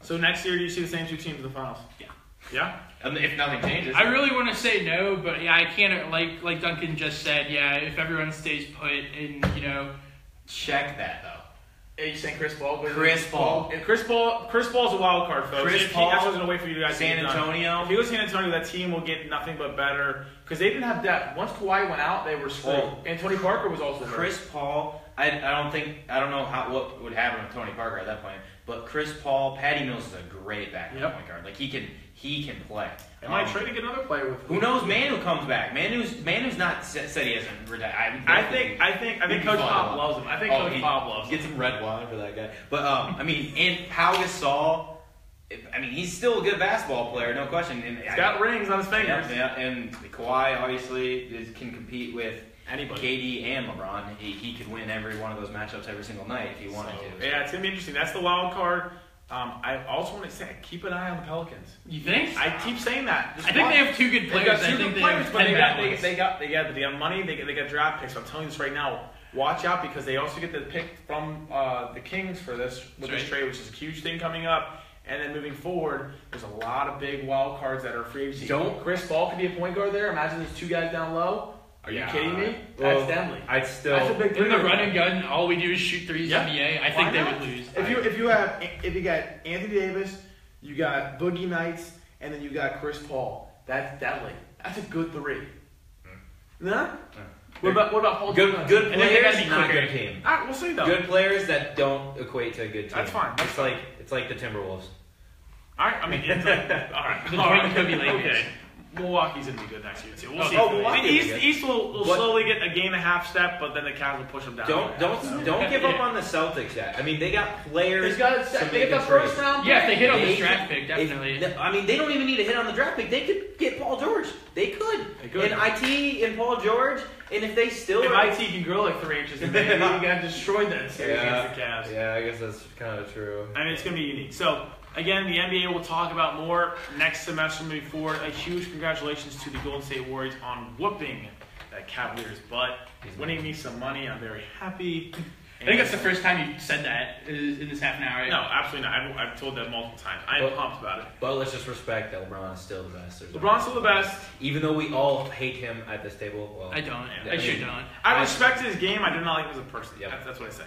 [SPEAKER 1] So next year, you see the same two teams in the finals. Yeah. Yeah.
[SPEAKER 2] LeBron. Um, If nothing changes,
[SPEAKER 3] I really want to say no, but yeah, I can't. Like like Duncan just said, yeah, if everyone stays put and you know,
[SPEAKER 2] check that though.
[SPEAKER 1] Are you saying Chris Paul?
[SPEAKER 2] Chris Paul.
[SPEAKER 1] And Chris Paul. Chris Paul's a wild card, folks.
[SPEAKER 2] Chris
[SPEAKER 1] If he-
[SPEAKER 2] Paul,
[SPEAKER 1] that's what I was gonna wait for you guys. to
[SPEAKER 2] San
[SPEAKER 1] get done.
[SPEAKER 2] Antonio.
[SPEAKER 1] If he goes San Antonio, that team will get nothing but better because they didn't have depth. Once Kawhi went out, they were screwed.
[SPEAKER 2] Well,
[SPEAKER 1] and Tony Parker was also hurt.
[SPEAKER 2] Oh. Chris Paul, I, I don't think I don't know how what would happen with Tony Parker at that point, but Chris Paul, Patty Mills is a great backup
[SPEAKER 1] Yep.
[SPEAKER 2] point guard. Like he can he can play.
[SPEAKER 1] They might
[SPEAKER 2] Um,
[SPEAKER 1] try to get another player with.
[SPEAKER 2] Who knows? Manu comes back. Manu's Manu's not said said he hasn't retired.
[SPEAKER 1] I think. I think. I
[SPEAKER 2] He'd
[SPEAKER 1] think
[SPEAKER 2] be
[SPEAKER 1] Coach
[SPEAKER 2] fun.
[SPEAKER 1] Pop loves him. I think
[SPEAKER 2] Oh,
[SPEAKER 1] Coach
[SPEAKER 2] he-
[SPEAKER 1] Pop loves him.
[SPEAKER 2] get some red wine for that guy. But um, I mean, and Pau Gasol, I mean, he's still a good basketball player, no question. And
[SPEAKER 1] He's got rings on his fingers.
[SPEAKER 2] yeah, yeah, and Kawhi obviously is, can compete with
[SPEAKER 1] Anybody.
[SPEAKER 2] KD and LeBron. He, he could win every one of those matchups every single night if he wanted
[SPEAKER 1] So,
[SPEAKER 2] to.
[SPEAKER 1] yeah, it's gonna be interesting. That's the wild card. Um, I also want to say, keep an eye on the Pelicans.
[SPEAKER 3] you think? I,
[SPEAKER 1] I keep saying that. Just
[SPEAKER 3] think
[SPEAKER 1] watch.
[SPEAKER 3] they have two good
[SPEAKER 1] They've
[SPEAKER 3] players.
[SPEAKER 1] got
[SPEAKER 3] I
[SPEAKER 1] two
[SPEAKER 3] think
[SPEAKER 1] good
[SPEAKER 3] they
[SPEAKER 1] players,
[SPEAKER 3] have
[SPEAKER 1] but they
[SPEAKER 3] 10
[SPEAKER 1] got,
[SPEAKER 3] bad
[SPEAKER 1] they,
[SPEAKER 3] ones.
[SPEAKER 1] they got they got they got money. They got, they got draft picks. I'm telling you this right now. Watch out because they also get the pick from uh, the Kings for this with
[SPEAKER 3] That's
[SPEAKER 1] this
[SPEAKER 3] right.
[SPEAKER 1] trade, which is a huge thing coming up. And then moving forward, there's a lot of big wild cards that are free agency.
[SPEAKER 2] Don't-
[SPEAKER 1] Chris Paul could be a point guard there. Imagine there's two guys down low. Are you
[SPEAKER 2] Yeah.
[SPEAKER 1] kidding me?
[SPEAKER 6] Well,
[SPEAKER 1] That's deadly.
[SPEAKER 6] I'd
[SPEAKER 1] That's a
[SPEAKER 6] still.
[SPEAKER 1] big
[SPEAKER 3] In the
[SPEAKER 1] three.
[SPEAKER 3] run and gun, all we do is shoot threes
[SPEAKER 1] Yeah.
[SPEAKER 3] in the NBA. I
[SPEAKER 1] Why
[SPEAKER 3] think they
[SPEAKER 1] not?
[SPEAKER 3] would lose.
[SPEAKER 1] If you if you have if you got Anthony Davis, you got Boogie Nights, and then you got Chris Paul. That's deadly. That's a good three.
[SPEAKER 6] Hmm.
[SPEAKER 1] No? What about what about Paul?
[SPEAKER 2] Good
[SPEAKER 1] George?
[SPEAKER 2] good
[SPEAKER 3] And then they gotta
[SPEAKER 2] players,
[SPEAKER 3] be
[SPEAKER 2] not
[SPEAKER 3] quicker.
[SPEAKER 2] good team.
[SPEAKER 1] Ah, we'll see though.
[SPEAKER 6] Good players that don't equate to a good team.
[SPEAKER 1] That's fine, that's
[SPEAKER 6] it's like it's like the Timberwolves.
[SPEAKER 1] All right. I mean, it's like, all right.
[SPEAKER 3] The
[SPEAKER 1] all
[SPEAKER 3] Detroit
[SPEAKER 1] right.
[SPEAKER 3] could be Lakers.
[SPEAKER 1] Okay. Milwalkee's gonna be good next year too. We'll
[SPEAKER 3] Oh,
[SPEAKER 1] see.
[SPEAKER 6] oh, Milwaukee
[SPEAKER 1] the
[SPEAKER 6] will be
[SPEAKER 1] East
[SPEAKER 6] good.
[SPEAKER 1] East will, will
[SPEAKER 6] What-
[SPEAKER 1] slowly get a game and a half step, but then the Cavs will push them down.
[SPEAKER 6] Don't don't don't give up on the Celtics yet. I mean, they got players.
[SPEAKER 5] He's got a
[SPEAKER 6] to
[SPEAKER 5] sec-
[SPEAKER 6] make
[SPEAKER 5] they got
[SPEAKER 6] a
[SPEAKER 5] the first
[SPEAKER 6] trade.
[SPEAKER 5] round.
[SPEAKER 3] Yeah, if they hit on
[SPEAKER 6] They
[SPEAKER 3] this draft
[SPEAKER 6] could-
[SPEAKER 3] pick, definitely.
[SPEAKER 6] If, I mean, they don't even need to hit on the draft pick. They could get Paul George. They could.
[SPEAKER 1] They could.
[SPEAKER 6] And it and Paul George. And if they still. are-
[SPEAKER 1] If IT can grow like three inches, then maybe you got destroyed that series against the Cavs.
[SPEAKER 6] yeah, I guess that's kind of true.
[SPEAKER 1] I mean, it's going to be unique. So, again, the NBA will talk about more next semester moving forward. A huge congratulations to the Golden State Warriors on whooping that Cavaliers butt, winning me some money. I'm very happy.
[SPEAKER 3] I think that's the first time you said that is- in this half an hour.
[SPEAKER 1] No, absolutely not. I've, I've told that multiple times. I am
[SPEAKER 6] Well-
[SPEAKER 1] pumped about it.
[SPEAKER 6] But let's just respect that LeBron is still the best. There's no-
[SPEAKER 1] LeBron's still the best.
[SPEAKER 6] Even though we all hate him at this table. Well,
[SPEAKER 3] I don't.
[SPEAKER 1] Yeah.
[SPEAKER 3] I sure don't.
[SPEAKER 1] I respect his game. I do not like him as a person.
[SPEAKER 6] Yep.
[SPEAKER 1] That's, that's what I say.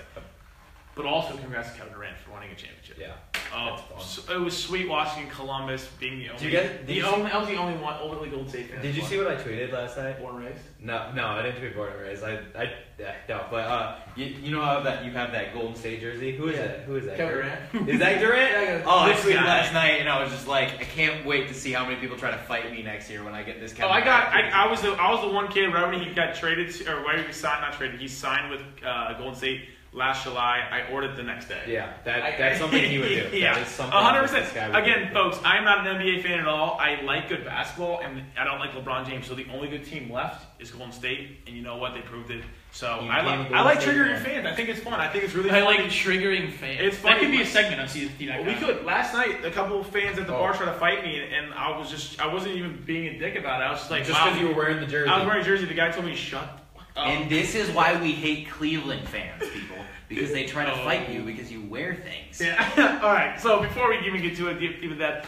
[SPEAKER 1] But also, congrats to Kevin Durant for winning a championship.
[SPEAKER 4] Yeah.
[SPEAKER 1] Oh,
[SPEAKER 4] That's
[SPEAKER 1] so- it was sweet watching Columbus being the only.
[SPEAKER 4] you guys- did
[SPEAKER 1] the
[SPEAKER 4] you see-
[SPEAKER 1] only I was the only one overly Golden State fan.
[SPEAKER 4] Did you
[SPEAKER 1] that
[SPEAKER 4] see what I tweeted last night?
[SPEAKER 1] won. born raised?
[SPEAKER 4] No, no, I didn't tweet born and raised. I, I, yeah, no, but uh, you, you know how that you have that Golden State jersey. Who is
[SPEAKER 5] Yeah.
[SPEAKER 4] it? Who is that?
[SPEAKER 5] Kevin
[SPEAKER 4] Durant. Is that Durant?
[SPEAKER 5] Yeah, yeah.
[SPEAKER 4] Oh, I
[SPEAKER 2] This
[SPEAKER 4] tweeted
[SPEAKER 2] guy.
[SPEAKER 4] last night, and I was just like, I can't wait to see how many people try to fight me next year when I get this.
[SPEAKER 1] Oh,
[SPEAKER 4] Kevin
[SPEAKER 1] I got.
[SPEAKER 4] Durant
[SPEAKER 1] I,
[SPEAKER 4] jersey.
[SPEAKER 1] I was the I was the one kid right when he got traded to, or where he signed, not traded. He signed with uh, Golden State last July. I ordered the next day.
[SPEAKER 4] yeah, that
[SPEAKER 1] I-
[SPEAKER 4] that's something he would do.
[SPEAKER 1] yeah,
[SPEAKER 4] that is
[SPEAKER 1] a
[SPEAKER 4] something
[SPEAKER 1] hundred
[SPEAKER 4] that
[SPEAKER 1] percent.
[SPEAKER 4] this guy would
[SPEAKER 1] Again,
[SPEAKER 4] do.
[SPEAKER 1] folks, I'm not an NBA fan at all. I like good basketball, and I don't like LeBron James. So the only good team left is Golden State, and you know what? They proved it. So
[SPEAKER 4] You
[SPEAKER 1] I,
[SPEAKER 4] can't
[SPEAKER 1] like
[SPEAKER 4] go
[SPEAKER 1] I like
[SPEAKER 4] State
[SPEAKER 1] triggering
[SPEAKER 4] fan.
[SPEAKER 1] fans. I think it's fun. I think it's really.
[SPEAKER 3] I
[SPEAKER 1] funny.
[SPEAKER 3] like triggering fans.
[SPEAKER 1] It's
[SPEAKER 3] That
[SPEAKER 1] funny.
[SPEAKER 3] could be a segment on CST.com.
[SPEAKER 1] We could. Last night, a couple of fans at the
[SPEAKER 4] Oh.
[SPEAKER 1] bar tried to fight me, and, and I was just, I wasn't even being a dick about it. I was just like,
[SPEAKER 4] just
[SPEAKER 1] wow.
[SPEAKER 4] because you were wearing the jersey.
[SPEAKER 1] I was wearing oh. a jersey. The guy told me, shut the fuck up.
[SPEAKER 6] And this is why we hate Cleveland fans, people, because they try to
[SPEAKER 3] Oh.
[SPEAKER 6] fight you because you wear things.
[SPEAKER 1] yeah. All right. So before we even get to it, deep, deep with that,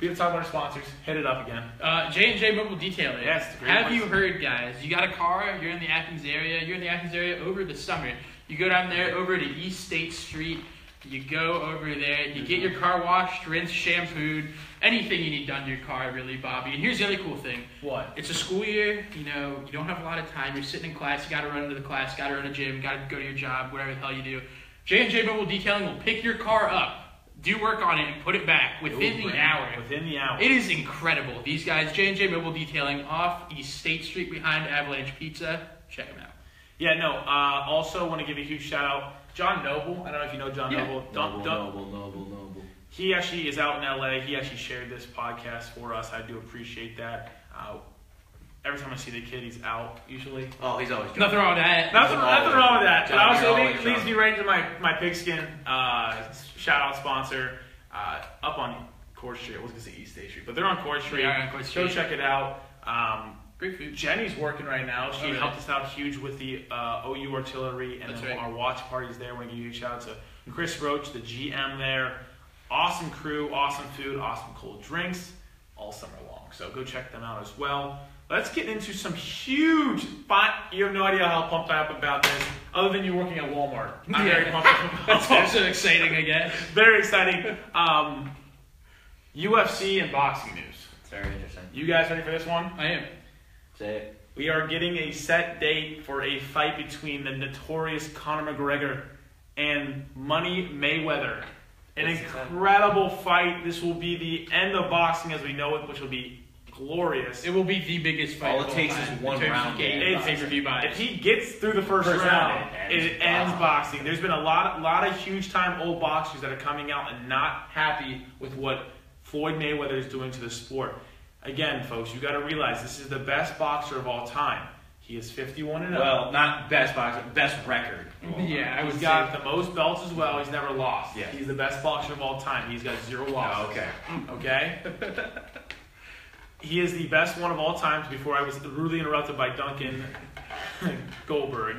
[SPEAKER 1] we have to talk about our sponsors. Hit it up again.
[SPEAKER 3] Uh, J&J Mobile Detailing.
[SPEAKER 1] Yes, great
[SPEAKER 3] Have
[SPEAKER 1] place.
[SPEAKER 3] you heard, guys? You got a car, you're in the Athens area, you're in the Athens area over the summer. You go down there over to East State Street, you go over there, you get your car washed, rinsed, shampooed, anything you need done to your car, really, Bobby. And here's the other cool thing.
[SPEAKER 1] What?
[SPEAKER 3] It's a school year, you know, you don't have a lot of time, you're sitting in class, you gotta run to the class, gotta run to gym, gotta go to your job, whatever the hell you do. J&J Mobile Detailing will pick your car up, do work on it, and put it back within the hour.
[SPEAKER 1] Within the hour.
[SPEAKER 3] It is incredible. These guys, J and J Mobile Detailing, off East State Street behind Avalanche Pizza. Check them out.
[SPEAKER 1] yeah. No. Uh, also, want to give a huge shout out, John Noble. I don't know if you know John
[SPEAKER 3] Yeah.
[SPEAKER 1] Noble.
[SPEAKER 4] noble,
[SPEAKER 1] Dun- dun-
[SPEAKER 4] noble, noble, noble.
[SPEAKER 1] He actually is out in LA. He actually shared this podcast for us. I do appreciate that. Uh, every time I see the kid, he's out usually.
[SPEAKER 4] Oh, he's always.
[SPEAKER 3] Nothing wrong with that.
[SPEAKER 1] Nothing,
[SPEAKER 4] Always.
[SPEAKER 1] nothing wrong with that. But
[SPEAKER 4] John,
[SPEAKER 1] also,
[SPEAKER 4] you're
[SPEAKER 1] it
[SPEAKER 4] always
[SPEAKER 1] leads
[SPEAKER 4] wrong.
[SPEAKER 1] me right into my, my pigskin uh, shout out sponsor uh, up on Court Street. I was going to say East State Street, but they're on Court Street.
[SPEAKER 3] are on Court
[SPEAKER 1] Go
[SPEAKER 3] Street.
[SPEAKER 1] check it out. Um,
[SPEAKER 3] Great food.
[SPEAKER 1] Jenny's working right now. She
[SPEAKER 3] Oh, really?
[SPEAKER 1] helped us out huge with the uh, OU artillery and
[SPEAKER 3] That's
[SPEAKER 1] then
[SPEAKER 3] right.
[SPEAKER 1] our watch parties there. I want to give you a shout out to Chris Roach, the GM there. Awesome crew, awesome food, awesome cold drinks all summer long. So go check them out as well. Let's get into some huge fun. You have no idea how pumped I am about this, other than you working at Walmart. I'm very
[SPEAKER 3] Yeah.
[SPEAKER 1] pumped up about
[SPEAKER 3] That's also exciting, I guess.
[SPEAKER 1] Very exciting. Um, UFC and boxing news.
[SPEAKER 4] It's very interesting.
[SPEAKER 1] You guys ready for this one?
[SPEAKER 3] I am.
[SPEAKER 4] Say it.
[SPEAKER 1] We are getting a set date for a fight between the notorious Conor McGregor and Money Mayweather. An
[SPEAKER 4] What's the time?
[SPEAKER 1] incredible fight. This will be the end of boxing as we know it, which will be glorious.
[SPEAKER 3] It will be the biggest fight.
[SPEAKER 4] All
[SPEAKER 3] of
[SPEAKER 4] it takes
[SPEAKER 3] time
[SPEAKER 4] is one
[SPEAKER 3] in terms of
[SPEAKER 4] round
[SPEAKER 3] game
[SPEAKER 1] game.
[SPEAKER 3] pay per view
[SPEAKER 1] If
[SPEAKER 3] buys.
[SPEAKER 1] he gets through the first,
[SPEAKER 4] First
[SPEAKER 1] round,
[SPEAKER 4] round,
[SPEAKER 1] it
[SPEAKER 4] it
[SPEAKER 1] ends,
[SPEAKER 4] ends
[SPEAKER 1] boxing. There's been a lot, lot of huge time old boxers that are coming out and not happy with what Floyd Mayweather is doing to the sport. Again, folks, you got to realize this is the best boxer of all time. He is 51 and 0.
[SPEAKER 2] Well, not best boxer, best record.
[SPEAKER 3] Yeah, I
[SPEAKER 1] He's
[SPEAKER 3] would
[SPEAKER 1] got
[SPEAKER 3] say.
[SPEAKER 1] the most belts as well. He's never lost.
[SPEAKER 2] Yeah.
[SPEAKER 1] He's the best boxer of all time. He's got zero
[SPEAKER 2] Oh,
[SPEAKER 1] losses.
[SPEAKER 2] okay.
[SPEAKER 1] Okay? he is the best one of all times before I was rudely interrupted by Duncan Goldberg.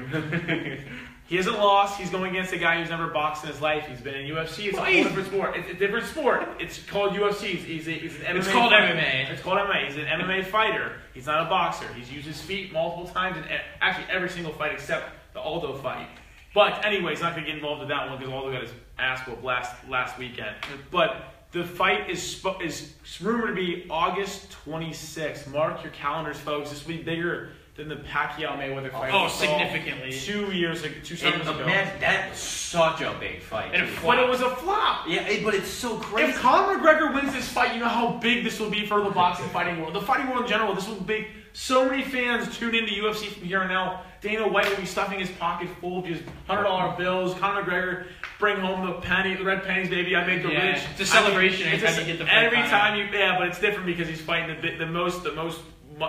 [SPEAKER 1] he hasn't lost. He's going against a guy who's never boxed in his life. He's been in UFC. It's a whole
[SPEAKER 3] Please.
[SPEAKER 1] different sport. It's a different sport. It's called UFC. It's, he's a, he's an MMA
[SPEAKER 3] It's called
[SPEAKER 1] fighter.
[SPEAKER 3] MMA.
[SPEAKER 1] It's called MMA. He's an MMA fighter. He's not a boxer. He's used his feet multiple times in e- actually every single fight except the Aldo fight. But anyway, he's not going to get involved in that one because Aldo got his ass whooped last last weekend. But the fight is sp- is rumored to be August 26th. Mark your calendars, folks. This will be bigger than the Pacquiao Mayweather fight.
[SPEAKER 3] Oh,
[SPEAKER 1] we saw
[SPEAKER 3] significantly.
[SPEAKER 1] Two years ago, two
[SPEAKER 4] And
[SPEAKER 1] summers ago.
[SPEAKER 4] imagine, that was such a big fight.
[SPEAKER 3] And
[SPEAKER 4] too.
[SPEAKER 3] if-
[SPEAKER 1] But it was a flop.
[SPEAKER 4] yeah, it- but it's so crazy.
[SPEAKER 1] If Conor McGregor wins this fight, you know how big this will be for the boxing fighting world, the fighting world in general. This will be so many fans tune into UFC from here on out. Dana White will be stuffing his pocket full of just hundred dollar bills. Conor McGregor bring home the penny, the red pennies, baby. I make the
[SPEAKER 3] Yeah,
[SPEAKER 1] rich.
[SPEAKER 3] it's a celebration
[SPEAKER 1] I mean, it's
[SPEAKER 3] anytime
[SPEAKER 1] just-
[SPEAKER 3] you get the free
[SPEAKER 1] every
[SPEAKER 3] fight.
[SPEAKER 1] time you yeah, but it's different because he's fighting the bi- the most the most mu-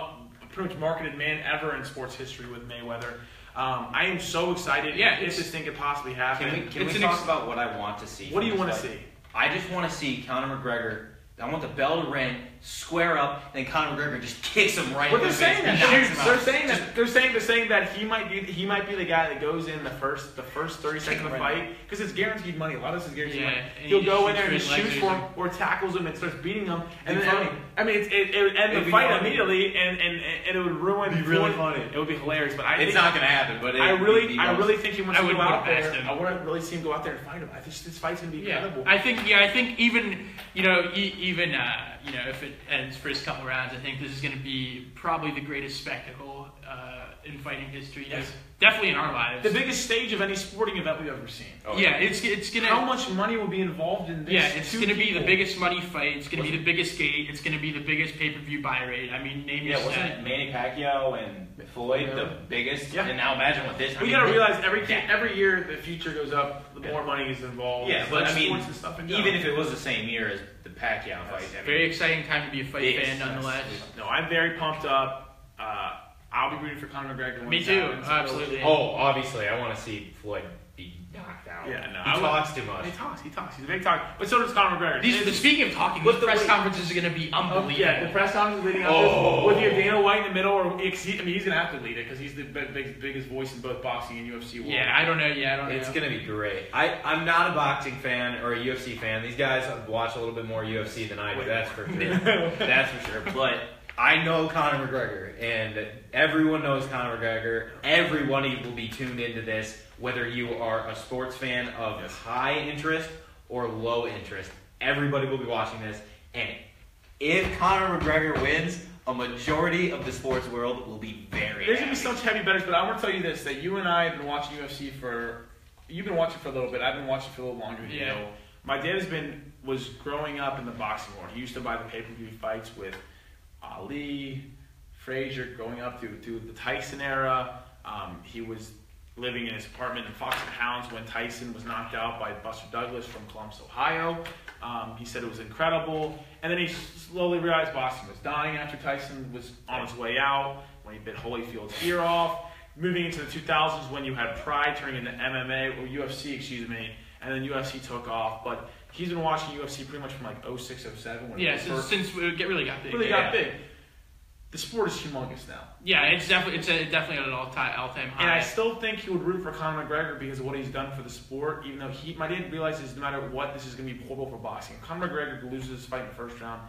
[SPEAKER 1] pretty much marketed man ever in sports history with Mayweather. Um, I am so excited.
[SPEAKER 3] Yeah,
[SPEAKER 1] if
[SPEAKER 3] it's-
[SPEAKER 1] this thing could possibly happen.
[SPEAKER 2] Can we, can
[SPEAKER 3] It's
[SPEAKER 2] we
[SPEAKER 3] an
[SPEAKER 2] talk
[SPEAKER 3] ex-
[SPEAKER 2] about what I want to see?
[SPEAKER 1] what do
[SPEAKER 2] from
[SPEAKER 1] you
[SPEAKER 2] this
[SPEAKER 1] want to
[SPEAKER 2] fight?
[SPEAKER 1] see?
[SPEAKER 2] I just want to see Conor McGregor. I want the bell to ring square up, and then Conor McGregor just kicks him right.
[SPEAKER 1] But
[SPEAKER 2] in
[SPEAKER 1] they're
[SPEAKER 2] the
[SPEAKER 1] saying
[SPEAKER 2] face,
[SPEAKER 1] that.
[SPEAKER 2] knocks him out.
[SPEAKER 1] They're saying that. They're saying they're saying that he might be he might be the guy that goes in the first the first thirty seconds of the
[SPEAKER 2] Right.
[SPEAKER 1] fight because it's guaranteed money. A lot of this is guaranteed
[SPEAKER 3] Yeah,
[SPEAKER 1] money.
[SPEAKER 3] and
[SPEAKER 1] He'll
[SPEAKER 3] he
[SPEAKER 1] go
[SPEAKER 3] just
[SPEAKER 1] in there and
[SPEAKER 3] shoots
[SPEAKER 1] just
[SPEAKER 3] for his
[SPEAKER 1] shoots
[SPEAKER 3] legs
[SPEAKER 1] for
[SPEAKER 3] or
[SPEAKER 1] him or tackles him and starts beating him. And
[SPEAKER 2] Be
[SPEAKER 1] then,
[SPEAKER 2] funny.
[SPEAKER 1] I mean, it's, it, it would end
[SPEAKER 2] It'd
[SPEAKER 1] the
[SPEAKER 2] be
[SPEAKER 1] fight
[SPEAKER 2] funny.
[SPEAKER 1] immediately, and, and, and it would ruin.
[SPEAKER 2] It'd be really
[SPEAKER 1] Floyd.
[SPEAKER 2] funny.
[SPEAKER 1] It would be hilarious. But I
[SPEAKER 2] It's
[SPEAKER 1] think,
[SPEAKER 2] not gonna happen, but it,
[SPEAKER 1] I really,
[SPEAKER 2] he
[SPEAKER 1] I
[SPEAKER 2] goes-
[SPEAKER 1] really think he wants
[SPEAKER 3] I
[SPEAKER 1] to go
[SPEAKER 3] wouldn't
[SPEAKER 1] out
[SPEAKER 3] put it past
[SPEAKER 1] there.
[SPEAKER 3] him.
[SPEAKER 1] I want to really see him go out there and fight him. I think this fight's gonna be incredible.
[SPEAKER 3] I think yeah, I think even you know e- even uh, you know if it ends first couple rounds, I think this is going to be probably the greatest spectacle uh, in fighting history. you know,
[SPEAKER 1] Yes.
[SPEAKER 3] definitely in our lives.
[SPEAKER 1] the biggest stage of any sporting event we've ever seen.
[SPEAKER 2] Oh,
[SPEAKER 3] yeah, it's it's gonna
[SPEAKER 1] How much money will be involved in this?
[SPEAKER 3] yeah, it's
[SPEAKER 1] Two
[SPEAKER 3] gonna be the
[SPEAKER 1] people.
[SPEAKER 3] biggest money fight. It's gonna be the biggest gate. It's gonna be the biggest pay per view buy rate. I mean, name your
[SPEAKER 7] Yeah, wasn't
[SPEAKER 3] stat.
[SPEAKER 7] it Manny Pacquiao and Floyd the biggest?
[SPEAKER 1] Yeah.
[SPEAKER 7] And now imagine what this. I
[SPEAKER 1] We
[SPEAKER 7] mean,
[SPEAKER 1] gotta realize every
[SPEAKER 7] Yeah.
[SPEAKER 1] every year the future goes up, the more money is involved.
[SPEAKER 7] Yeah,
[SPEAKER 1] It's
[SPEAKER 7] but
[SPEAKER 1] like
[SPEAKER 7] I mean,
[SPEAKER 1] sports and stuff in
[SPEAKER 7] even
[SPEAKER 1] general.
[SPEAKER 7] if it was the same year as the Pacquiao fight, I mean,
[SPEAKER 3] Very exciting time to be a fight
[SPEAKER 7] Yes,
[SPEAKER 3] fan, nonetheless.
[SPEAKER 1] no, I'm very pumped up. Uh, I'll be rooting for Conor McGregor. when
[SPEAKER 3] Me
[SPEAKER 1] he's
[SPEAKER 3] too,
[SPEAKER 1] out. It's-
[SPEAKER 3] absolutely.
[SPEAKER 7] Oh, obviously, I want to see Floyd be knocked out.
[SPEAKER 1] Yeah, no,
[SPEAKER 7] he
[SPEAKER 1] I would-
[SPEAKER 7] talks too much.
[SPEAKER 1] He talks. He talks. He's a big talker. But so does Conor McGregor.
[SPEAKER 3] These,
[SPEAKER 1] It's-
[SPEAKER 3] the, speaking of talking,
[SPEAKER 1] With
[SPEAKER 3] these
[SPEAKER 1] the
[SPEAKER 3] press
[SPEAKER 1] way-
[SPEAKER 3] conferences are going to be
[SPEAKER 1] Oh,
[SPEAKER 3] unbelievable.
[SPEAKER 1] yeah, the press conference leading up
[SPEAKER 7] Oh.
[SPEAKER 1] to this, with your Dana White in the middle, or ex- I mean, he's gonna have to lead it because he's the big, big, biggest voice in both boxing and UFC world.
[SPEAKER 3] Yeah, I don't know. Yeah, I don't know.
[SPEAKER 2] It's gonna be great. I, I'm not a boxing fan or a UFC fan. These guys watch a little bit more UFC than I do. That's for sure. that's for sure. But I know Conor McGregor, and everyone knows Conor McGregor. Everyone will be tuned into this, whether you are a sports fan of high interest or low interest. Everybody will be watching this, and if Conor McGregor wins, a majority of the sports world will be very.
[SPEAKER 1] There's gonna be
[SPEAKER 2] happy.
[SPEAKER 1] so much heavy betters, but I want to tell you this: that you and I have been watching UFC for, you've been watching for a little bit. I've been watching for a little longer. than You
[SPEAKER 3] Yeah.
[SPEAKER 1] know, my dad has been was growing up in the boxing world. He used to buy the pay per view fights with Ali, Frazier, going up through through the Tyson era. Um, he was living in his apartment in Fox and Hounds when Tyson was knocked out by Buster Douglas from Columbus, Ohio. Um, he said it was incredible, and then he slowly realized Boston was dying after Tyson was on his way out when he bit Holyfield's ear off. Moving into the 2000s when you had Pride turning into MMA or UFC, excuse me, and then UFC took off. But he's been watching UFC pretty much from like 06, 07 when
[SPEAKER 3] yeah,
[SPEAKER 1] it
[SPEAKER 3] since,
[SPEAKER 1] first
[SPEAKER 3] since we get really got big.
[SPEAKER 1] really
[SPEAKER 3] yeah.
[SPEAKER 1] got big. The sport is humongous now.
[SPEAKER 3] Yeah, it's definitely it's a, definitely at an all time all time
[SPEAKER 1] And I
[SPEAKER 3] high.
[SPEAKER 1] still think he would root for Conor McGregor because of what he's done for the sport. Even though he, my dad realizes no matter what, this is going to be horrible for boxing. If Conor McGregor loses this fight in the first round,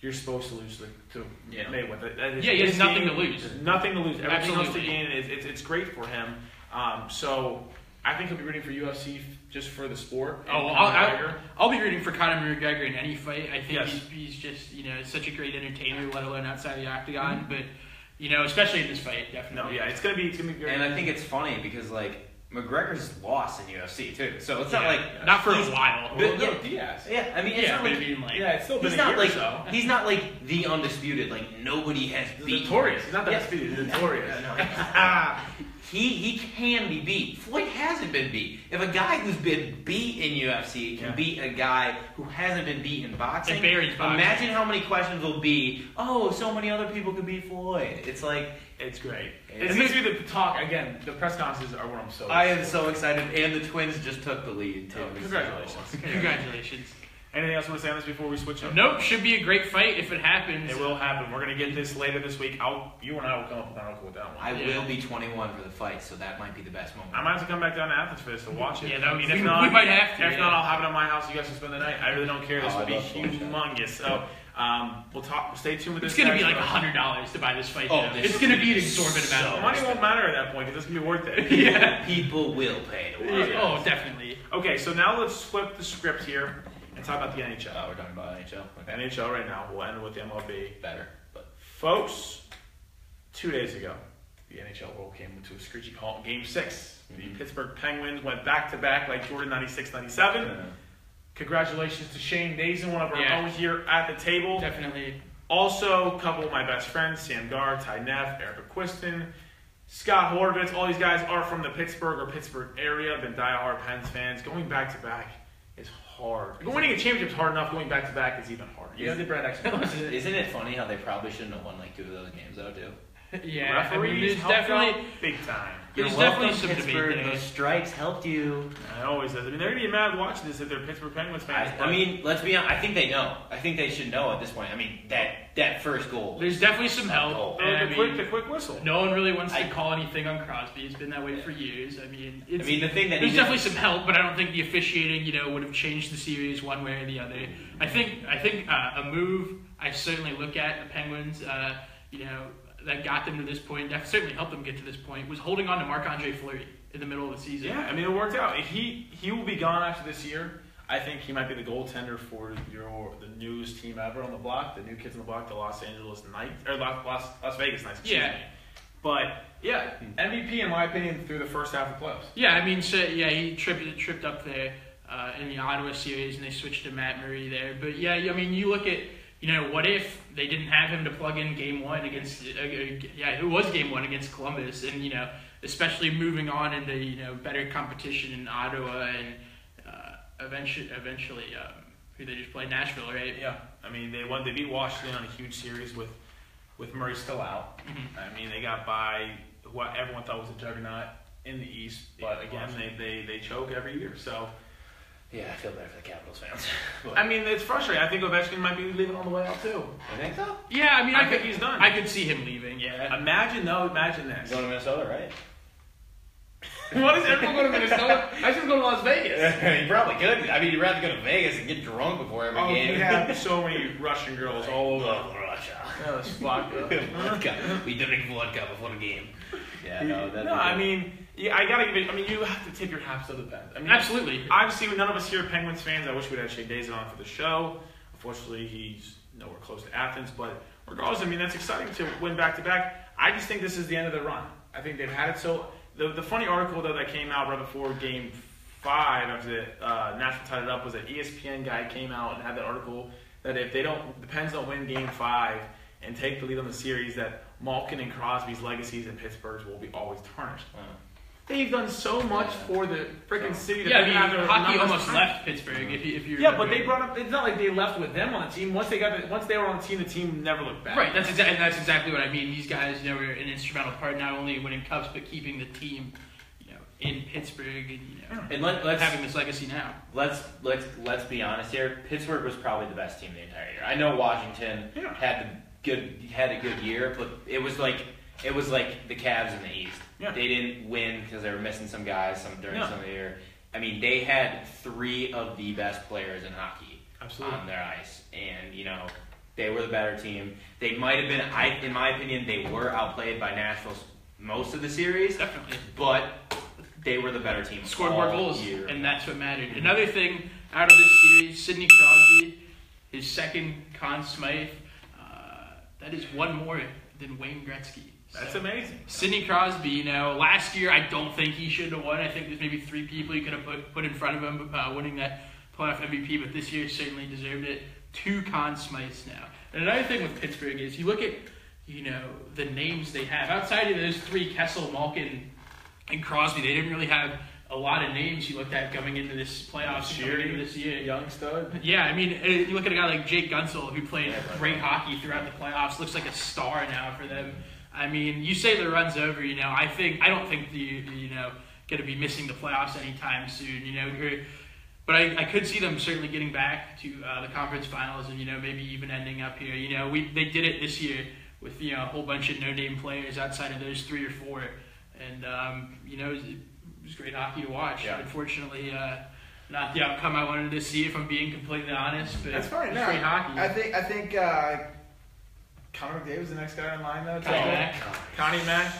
[SPEAKER 1] you're supposed to lose to, to
[SPEAKER 7] Yeah.
[SPEAKER 1] Mayweather. That is
[SPEAKER 3] Yeah, he has
[SPEAKER 1] his
[SPEAKER 3] nothing
[SPEAKER 1] game.
[SPEAKER 3] to lose.
[SPEAKER 1] There's Nothing to lose. Everything else to
[SPEAKER 3] Absolutely.
[SPEAKER 1] gain. It's, it's, it's great for him. Um, so I think he'll be rooting for UFC f- just for the sport. and
[SPEAKER 3] Oh, well,
[SPEAKER 1] Conor
[SPEAKER 3] I'll,
[SPEAKER 1] McGregor.
[SPEAKER 3] I'll be rooting for Conor McGregor in any fight. I think
[SPEAKER 1] Yes.
[SPEAKER 3] he's, he's just you know such a great entertainer, let alone outside the octagon. But you know, especially in this fight,
[SPEAKER 1] no,
[SPEAKER 3] definitely.
[SPEAKER 1] yeah, it's gonna be it's gonna be great.
[SPEAKER 2] And I think it's funny because like McGregor's lost in UFC too, so it's not
[SPEAKER 3] Yeah.
[SPEAKER 2] like
[SPEAKER 3] not for a
[SPEAKER 2] he's-
[SPEAKER 3] while.
[SPEAKER 2] But-
[SPEAKER 1] Well, no,
[SPEAKER 2] yeah.
[SPEAKER 1] Diaz.
[SPEAKER 2] Yeah, I mean it's
[SPEAKER 3] yeah,
[SPEAKER 2] not
[SPEAKER 3] but I
[SPEAKER 2] like
[SPEAKER 3] mean, like
[SPEAKER 1] Yeah, it's still been
[SPEAKER 2] he's
[SPEAKER 1] a
[SPEAKER 2] not
[SPEAKER 1] year
[SPEAKER 2] like
[SPEAKER 1] or so.
[SPEAKER 2] he's not like the undisputed. Like nobody has beat.
[SPEAKER 1] Notorious. He's not that
[SPEAKER 2] Yeah.
[SPEAKER 1] speedy. He's notorious. Ah.
[SPEAKER 2] No, no, he he can be beat. Floyd hasn't been beat. If a guy who's been beat in UFC can
[SPEAKER 1] Yeah.
[SPEAKER 2] beat a guy who hasn't been beat in boxing,
[SPEAKER 3] It buries boxing.
[SPEAKER 2] imagine how many questions will be. Oh, so many other people could beat Floyd. It's like
[SPEAKER 1] It's great.
[SPEAKER 2] It's-
[SPEAKER 1] It seems to be the talk again. The press conferences are what I'm so.
[SPEAKER 2] I am so excited, and the Twins just took the lead too.
[SPEAKER 1] Oh, congratulations.
[SPEAKER 3] congratulations.
[SPEAKER 1] Anything else you want to say on this before we switch up?
[SPEAKER 3] Nope, should be a great fight if it happens.
[SPEAKER 1] It will happen. We're gonna get this later this week. I'll, you and I will come up with an article with that one.
[SPEAKER 2] I
[SPEAKER 3] Yeah.
[SPEAKER 2] will be 21 for the fight, so that might be the best moment.
[SPEAKER 1] I might have to come back down to Athens for this to watch it.
[SPEAKER 3] Yeah, that
[SPEAKER 1] I
[SPEAKER 3] would
[SPEAKER 1] mean,
[SPEAKER 3] be-
[SPEAKER 1] if
[SPEAKER 3] we-
[SPEAKER 1] not,
[SPEAKER 3] we might have to,
[SPEAKER 1] If
[SPEAKER 3] yeah.
[SPEAKER 1] not, I'll have it at my house. You guys can spend the night. I really don't care. This
[SPEAKER 2] Oh,
[SPEAKER 1] will
[SPEAKER 2] I
[SPEAKER 1] be
[SPEAKER 2] love Florida.
[SPEAKER 1] humongous. So, um, we'll talk. Stay tuned with this.
[SPEAKER 3] It's gonna be
[SPEAKER 1] next
[SPEAKER 3] like
[SPEAKER 1] one.
[SPEAKER 3] hundred dollars to buy this fight.
[SPEAKER 2] Oh,
[SPEAKER 3] though.
[SPEAKER 2] this
[SPEAKER 3] it's
[SPEAKER 2] is
[SPEAKER 3] gonna
[SPEAKER 2] gonna
[SPEAKER 3] be an
[SPEAKER 2] be
[SPEAKER 3] exorbitant
[SPEAKER 2] so
[SPEAKER 3] amount. of
[SPEAKER 1] Money won't matter at that point because it's gonna be worth it.
[SPEAKER 3] money. yeah.
[SPEAKER 2] People will pay to watch.
[SPEAKER 3] Yeah, Oh, definitely.
[SPEAKER 1] Okay, so now let's flip the script here and talk about the NHL.
[SPEAKER 2] Oh, we're talking about NHL. Okay,
[SPEAKER 1] NHL right now. We'll end with the MLB.
[SPEAKER 2] better. But
[SPEAKER 1] Folks, two days ago, the NHL World came to a screechy halt in Game 6. The
[SPEAKER 3] Mm-hmm.
[SPEAKER 1] Pittsburgh Penguins went back to back like Jordan 96 97.
[SPEAKER 2] uh,
[SPEAKER 1] Congratulations to Shane Dazen, one of our
[SPEAKER 3] Yeah.
[SPEAKER 1] own here at the table.
[SPEAKER 3] Definitely.
[SPEAKER 1] Also, a couple of my best friends, Sam Gar, Ty Neff, Erica Quiston, Scott Horvitz. All these guys are from the Pittsburgh or Pittsburgh area, been diehard Pens fans. Going back to back is hard. Winning a championship is hard enough, going back to back is even harder. You got the Brad X.
[SPEAKER 2] isn't it funny how they probably shouldn't have won like two of those games though too?
[SPEAKER 3] yeah, I mean,
[SPEAKER 1] Referees
[SPEAKER 3] there's
[SPEAKER 1] helped
[SPEAKER 3] definitely
[SPEAKER 1] out big time.
[SPEAKER 3] there's definitely some debate there.
[SPEAKER 2] Those strikes helped you.
[SPEAKER 1] It always does. I mean, they're gonna be mad watching this if they're Pittsburgh Penguins
[SPEAKER 2] I,
[SPEAKER 1] fans.
[SPEAKER 2] I mean, let's be honest. I think they know. I think they should know at this point. I mean, that that first goal.
[SPEAKER 3] There's definitely some help.
[SPEAKER 2] Oh,
[SPEAKER 1] but,
[SPEAKER 3] and
[SPEAKER 1] uh,
[SPEAKER 3] I
[SPEAKER 1] the, quick,
[SPEAKER 3] mean,
[SPEAKER 1] the quick whistle.
[SPEAKER 3] no one really wants to
[SPEAKER 2] I-
[SPEAKER 3] call anything on Crosby. It's been that way for years. I mean,
[SPEAKER 2] I
[SPEAKER 3] it's,
[SPEAKER 2] mean, the thing that he
[SPEAKER 3] there's
[SPEAKER 2] did-
[SPEAKER 3] definitely some help, but I don't think the officiating, you know, would have changed the series one way or the other. I think I think uh, a move I certainly look at the Penguins, uh, you know, that got them to this point, that certainly helped them get to this point, was holding on to Marc Andre Fleury in the middle of the season.
[SPEAKER 1] Yeah, I mean, it worked out. If he he will be gone after this year. I think he might be the goaltender for your the newest team ever on the block, the new kids on the block, the Los Angeles Knights or Las Las, Las Vegas Knights. excuse
[SPEAKER 3] Yeah. Hmm.
[SPEAKER 1] me. But yeah, MVP in my opinion through the first half of the playoffs.
[SPEAKER 3] Yeah, I mean, so, yeah, he tripped tripped up there uh, in the Ottawa series, and they switched to Matt Murray there. But yeah, I mean, you look at you know what if they didn't have him to plug in game one against uh, uh, yeah it was game one against Columbus, and you know especially moving on into you know better competition in Ottawa and uh, eventually eventually um, who they just played Nashville right
[SPEAKER 1] Yeah, I mean they won. They beat Washington on a huge series with with Murray still out. I mean they got by what everyone thought was a juggernaut in the East, but again they, they they choke every year. So
[SPEAKER 2] Yeah, I feel better for the Capitals fans.
[SPEAKER 1] I mean it's frustrating. I think Ovechkin might be leaving on the way out too.
[SPEAKER 2] I think so.
[SPEAKER 3] yeah I mean I,
[SPEAKER 1] I
[SPEAKER 3] could
[SPEAKER 1] think he's done.
[SPEAKER 3] I could see him leaving
[SPEAKER 1] Yeah. Imagine though. Imagine this.
[SPEAKER 2] Going to Minnesota, right?
[SPEAKER 1] What is everyone going to Minnesota? I should go to Las Vegas.
[SPEAKER 2] you probably could. I mean, you'd rather go to Vegas and get drunk before every
[SPEAKER 1] Oh,
[SPEAKER 2] game.
[SPEAKER 1] we have so many Russian girls all over.
[SPEAKER 2] Love Russia.
[SPEAKER 1] Yeah, let's flock up.
[SPEAKER 2] vodka. We drink vodka before the game. Yeah, no, that's
[SPEAKER 1] no, I mean, yeah, I gotta give it. I mean, you have to tip your hats to the Pens. I mean,
[SPEAKER 3] absolutely
[SPEAKER 1] Obviously, none of us here are Penguins fans. I wish we'd had Shea Dazen on for the show. Unfortunately, he's nowhere close to Athens. But regardless, I mean, that's exciting to win back to back. I just think this is the end of the run. I think they've had it so. The, the funny article though that came out right before Game Five after the uh, Nashville tied it up was that E ESPN guy came out and had that article that if they don't, the Pens don't win Game Five and take the lead on the series, that Malkin and Crosby's legacies in Pittsburgh will be always tarnished.
[SPEAKER 2] Uh.
[SPEAKER 1] They've done so much for the freaking city that
[SPEAKER 3] yeah I
[SPEAKER 1] they have
[SPEAKER 3] mean
[SPEAKER 1] their
[SPEAKER 3] hockey
[SPEAKER 1] numbers
[SPEAKER 3] almost
[SPEAKER 1] tied.
[SPEAKER 3] left Pittsburgh if you, if you
[SPEAKER 1] Yeah, but
[SPEAKER 3] remember.
[SPEAKER 1] they brought up. It's not like they left with them on the team. Once they got, the, once they were on the team, the team never looked back.
[SPEAKER 3] Right, that's exactly that's exactly what I mean. These guys, you know, were an instrumental part not only in winning cups but keeping the team, you know, in Pittsburgh and you know
[SPEAKER 2] And let, let's
[SPEAKER 3] having this legacy now.
[SPEAKER 2] let's let's let's be honest here. Pittsburgh was probably the best team the entire year. I know Washington
[SPEAKER 1] Yeah.
[SPEAKER 2] had the good had a good year, but it was like it was like the Cavs in the East.
[SPEAKER 1] Yeah.
[SPEAKER 2] They didn't win because they were missing some guys some during
[SPEAKER 1] Yeah.
[SPEAKER 2] some of the year. I mean, they had three of the best players in hockey
[SPEAKER 1] Absolutely.
[SPEAKER 2] on their ice, and you know they were the better team. They might have been, I, in my opinion, they were outplayed by Nashville s- most of the series,
[SPEAKER 3] Definitely.
[SPEAKER 2] but they were the better team.
[SPEAKER 3] Scored more
[SPEAKER 2] all
[SPEAKER 3] goals
[SPEAKER 2] year.
[SPEAKER 3] and that's what mattered. Another thing out of this series, Sidney Crosby, his second con Smythe, uh, that is one more than Wayne Gretzky.
[SPEAKER 1] That's
[SPEAKER 3] So-
[SPEAKER 1] amazing.
[SPEAKER 3] Sidney Crosby, you know, last year I don't think he should have won. I think there's maybe three people you could have put, put in front of him uh, winning that playoff MVP, but this year certainly deserved it. Two con smites now. And another thing with Pittsburgh is you look at, you know, the names they have. Outside of those three, Kessel, Malkin, and Crosby, they didn't really have a lot of names you looked at coming into this playoffs
[SPEAKER 1] This
[SPEAKER 3] and coming
[SPEAKER 1] year,
[SPEAKER 3] into this year.
[SPEAKER 1] Young stud.
[SPEAKER 3] Yeah, I mean, uh, you look at a guy like Jake Gunsel, who played great hockey throughout the playoffs, looks like a star now for them. I mean, you say the run's over, you know. I think I don't think the you know going to be missing the playoffs anytime soon, you know. Or- But I, I could see them certainly getting back to uh, the conference finals, and you know maybe even ending up here. You know, we they did it this year with you know a whole bunch of no-name players outside of those three or four, and um, you know it was, it was great hockey to watch.
[SPEAKER 2] Yeah.
[SPEAKER 3] Unfortunately. Uh, not the outcome I wanted to see, if I'm being completely honest. But
[SPEAKER 1] That's fine.
[SPEAKER 3] it's
[SPEAKER 1] No,
[SPEAKER 3] Free hockey.
[SPEAKER 1] I think I think uh, Connor McDavid's the next guy in line though.
[SPEAKER 3] Connie Mack.
[SPEAKER 1] Connie Mack.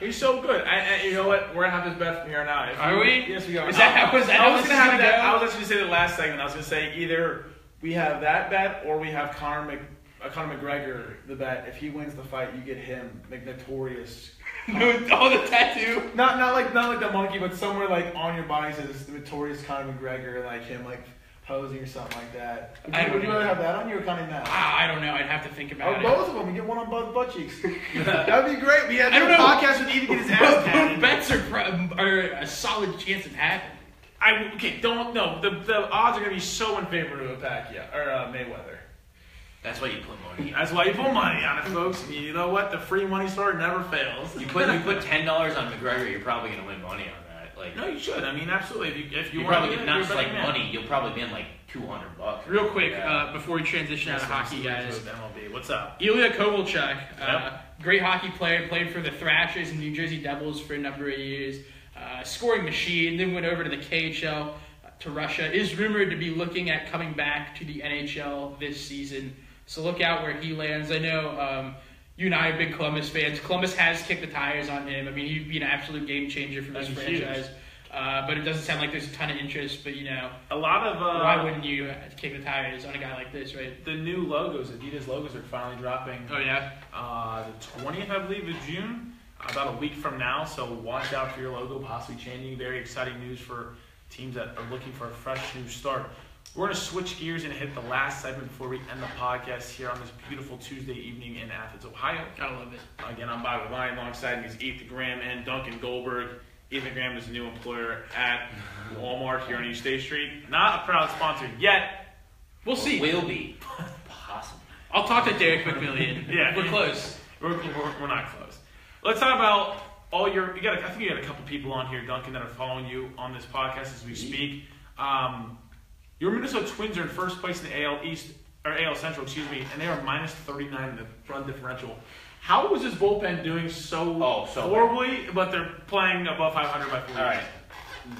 [SPEAKER 1] He's so good. I, I, you know what? We're gonna have this bet from here on out. If
[SPEAKER 3] Are
[SPEAKER 1] you-
[SPEAKER 3] we?
[SPEAKER 1] Yes, we are.
[SPEAKER 3] Is that how- is that
[SPEAKER 1] I
[SPEAKER 3] how
[SPEAKER 1] was
[SPEAKER 3] this
[SPEAKER 1] gonna
[SPEAKER 3] is
[SPEAKER 1] have
[SPEAKER 3] gonna
[SPEAKER 1] that.
[SPEAKER 3] go?
[SPEAKER 1] I was actually gonna say the last segment. I was gonna say either we have that bet or we have Conor Mc, uh, Conor McGregor the bet. If he wins the fight, you get him McNotorious.
[SPEAKER 3] oh, the tattoo.
[SPEAKER 1] Not not like not like the monkey, but somewhere like on your body says the notorious Conor McGregor, like him like posing or something like that. Would
[SPEAKER 3] I
[SPEAKER 1] you, would you
[SPEAKER 3] don't-
[SPEAKER 1] rather have that on you or Connie Mack?
[SPEAKER 3] Ah, I don't know. I'd have to think
[SPEAKER 1] Or
[SPEAKER 3] about it.
[SPEAKER 1] Oh, both of them, we get one on both butt cheeks. That'd be great. We had
[SPEAKER 3] I
[SPEAKER 1] a
[SPEAKER 3] don't know.
[SPEAKER 1] podcast with Ethan get his ass
[SPEAKER 3] Both
[SPEAKER 1] tatted.
[SPEAKER 3] bets are, pro- are a solid chance of happening.
[SPEAKER 1] I okay, don't no. The the odds are gonna be so in favor of Pacquiao or uh, Mayweather.
[SPEAKER 2] That's why you put money.
[SPEAKER 1] That's why you put money on it, folks. You know what? The free money store never fails.
[SPEAKER 2] You put you put ten dollars on McGregor, you're probably gonna win money on that. Like
[SPEAKER 1] No, you should. I mean, absolutely. If you, if you,
[SPEAKER 2] you
[SPEAKER 1] want to
[SPEAKER 2] probably
[SPEAKER 1] do that,
[SPEAKER 2] get not
[SPEAKER 1] you're a
[SPEAKER 2] just
[SPEAKER 1] betting
[SPEAKER 2] like
[SPEAKER 1] man.
[SPEAKER 2] money. You'll probably win like two hundred bucks.
[SPEAKER 3] Real quick,
[SPEAKER 2] Yeah.
[SPEAKER 3] uh, before we transition out of hockey, guys,
[SPEAKER 1] MLB. What's up?
[SPEAKER 3] Ilya Kovalchuk, uh, great hockey player, played for the Thrashers and New Jersey Devils for a number of years, uh, scoring machine, then went over to the KHL uh, to Russia, is rumored to be looking at coming back to the NHL this season. So look out where he lands. I know um, you and I are big Columbus fans. Columbus has kicked the tires on him. I mean, he'd be an absolute game changer for this
[SPEAKER 1] That'd be huge.
[SPEAKER 3] franchise. Uh, but it doesn't sound like there's a ton of interest. But you know,
[SPEAKER 1] A lot of uh,
[SPEAKER 3] why wouldn't you kick the tires on a guy like this, right?
[SPEAKER 1] the new logos, Adidas logos, are finally dropping.
[SPEAKER 3] Oh yeah.
[SPEAKER 1] Uh, the 20th, I believe, of June, about a week from now. So watch out for your logo possibly changing. Very exciting news for teams that are looking for a fresh new start. We're going to switch gears and hit the last segment before we end the podcast here on this beautiful Tuesday evening in Athens, Ohio.
[SPEAKER 3] Gotta love it.
[SPEAKER 1] Again, I'm Bobby Levine. Alongside me is Ethan Graham and Duncan Goldberg. Ethan Graham is a new employer at Walmart here on East State Street. Not a proud sponsor yet.
[SPEAKER 3] We'll see.
[SPEAKER 2] Will be possible.
[SPEAKER 3] I'll talk to Derek McMillian.
[SPEAKER 1] Yeah.
[SPEAKER 3] we're close.
[SPEAKER 1] We're, we're, we're not close. Let's talk about all your. You got. a- I think you got a couple people on here, Duncan, that are following you on this podcast as we speak. Um, your Minnesota Twins are in first place in the AL East or AL Central, excuse me, and they are minus 39 in the run differential. How was this bullpen doing so,
[SPEAKER 2] Oh, so bad.
[SPEAKER 1] horribly? But they're playing above 500 by four.
[SPEAKER 2] All right.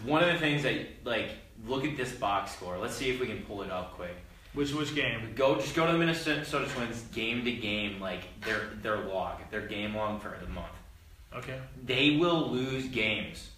[SPEAKER 2] One of the things that like look at this box score. Let's see if we can pull it up quick.
[SPEAKER 1] Which which game?
[SPEAKER 2] Go just go to the Minnesota Twins game to game like their their log, their game log for the month.
[SPEAKER 1] Okay.
[SPEAKER 2] They will lose games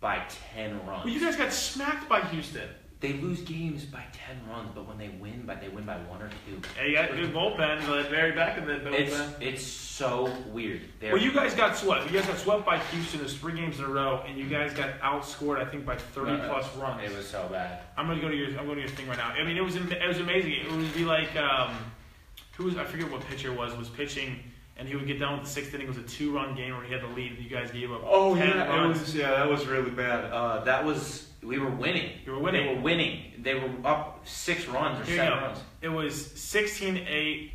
[SPEAKER 2] by ten
[SPEAKER 1] Well, you
[SPEAKER 2] runs.
[SPEAKER 1] guys got smacked by Houston.
[SPEAKER 2] They lose games by ten runs, but when they win, by they win by one or two.
[SPEAKER 1] Hey, you got good bullpen, but very back in the
[SPEAKER 2] It's
[SPEAKER 1] bullpen.
[SPEAKER 2] it's so weird. They're,
[SPEAKER 1] Well, you guys got swept. You guys got swept by Houston. There's three games in a row, and you guys got outscored, I think, by 30
[SPEAKER 2] No, no,
[SPEAKER 1] plus runs.
[SPEAKER 2] Uh, It was so bad.
[SPEAKER 1] I'm gonna go to your. I'm going to your thing right now. I mean, it was am- it was amazing. It would be like um, who was I forget what pitcher was was pitching, and he would get down with the sixth inning. It was a two run game where he had the lead, and you guys gave up.
[SPEAKER 4] Oh
[SPEAKER 1] 10
[SPEAKER 4] yeah, it
[SPEAKER 1] runs.
[SPEAKER 4] was yeah, that was really bad. Uh,
[SPEAKER 2] That was we were winning.
[SPEAKER 1] You were winning.
[SPEAKER 2] They were winning. They were up six runs or
[SPEAKER 1] Here you
[SPEAKER 2] seven
[SPEAKER 1] go.
[SPEAKER 2] runs.
[SPEAKER 1] It was 16 8.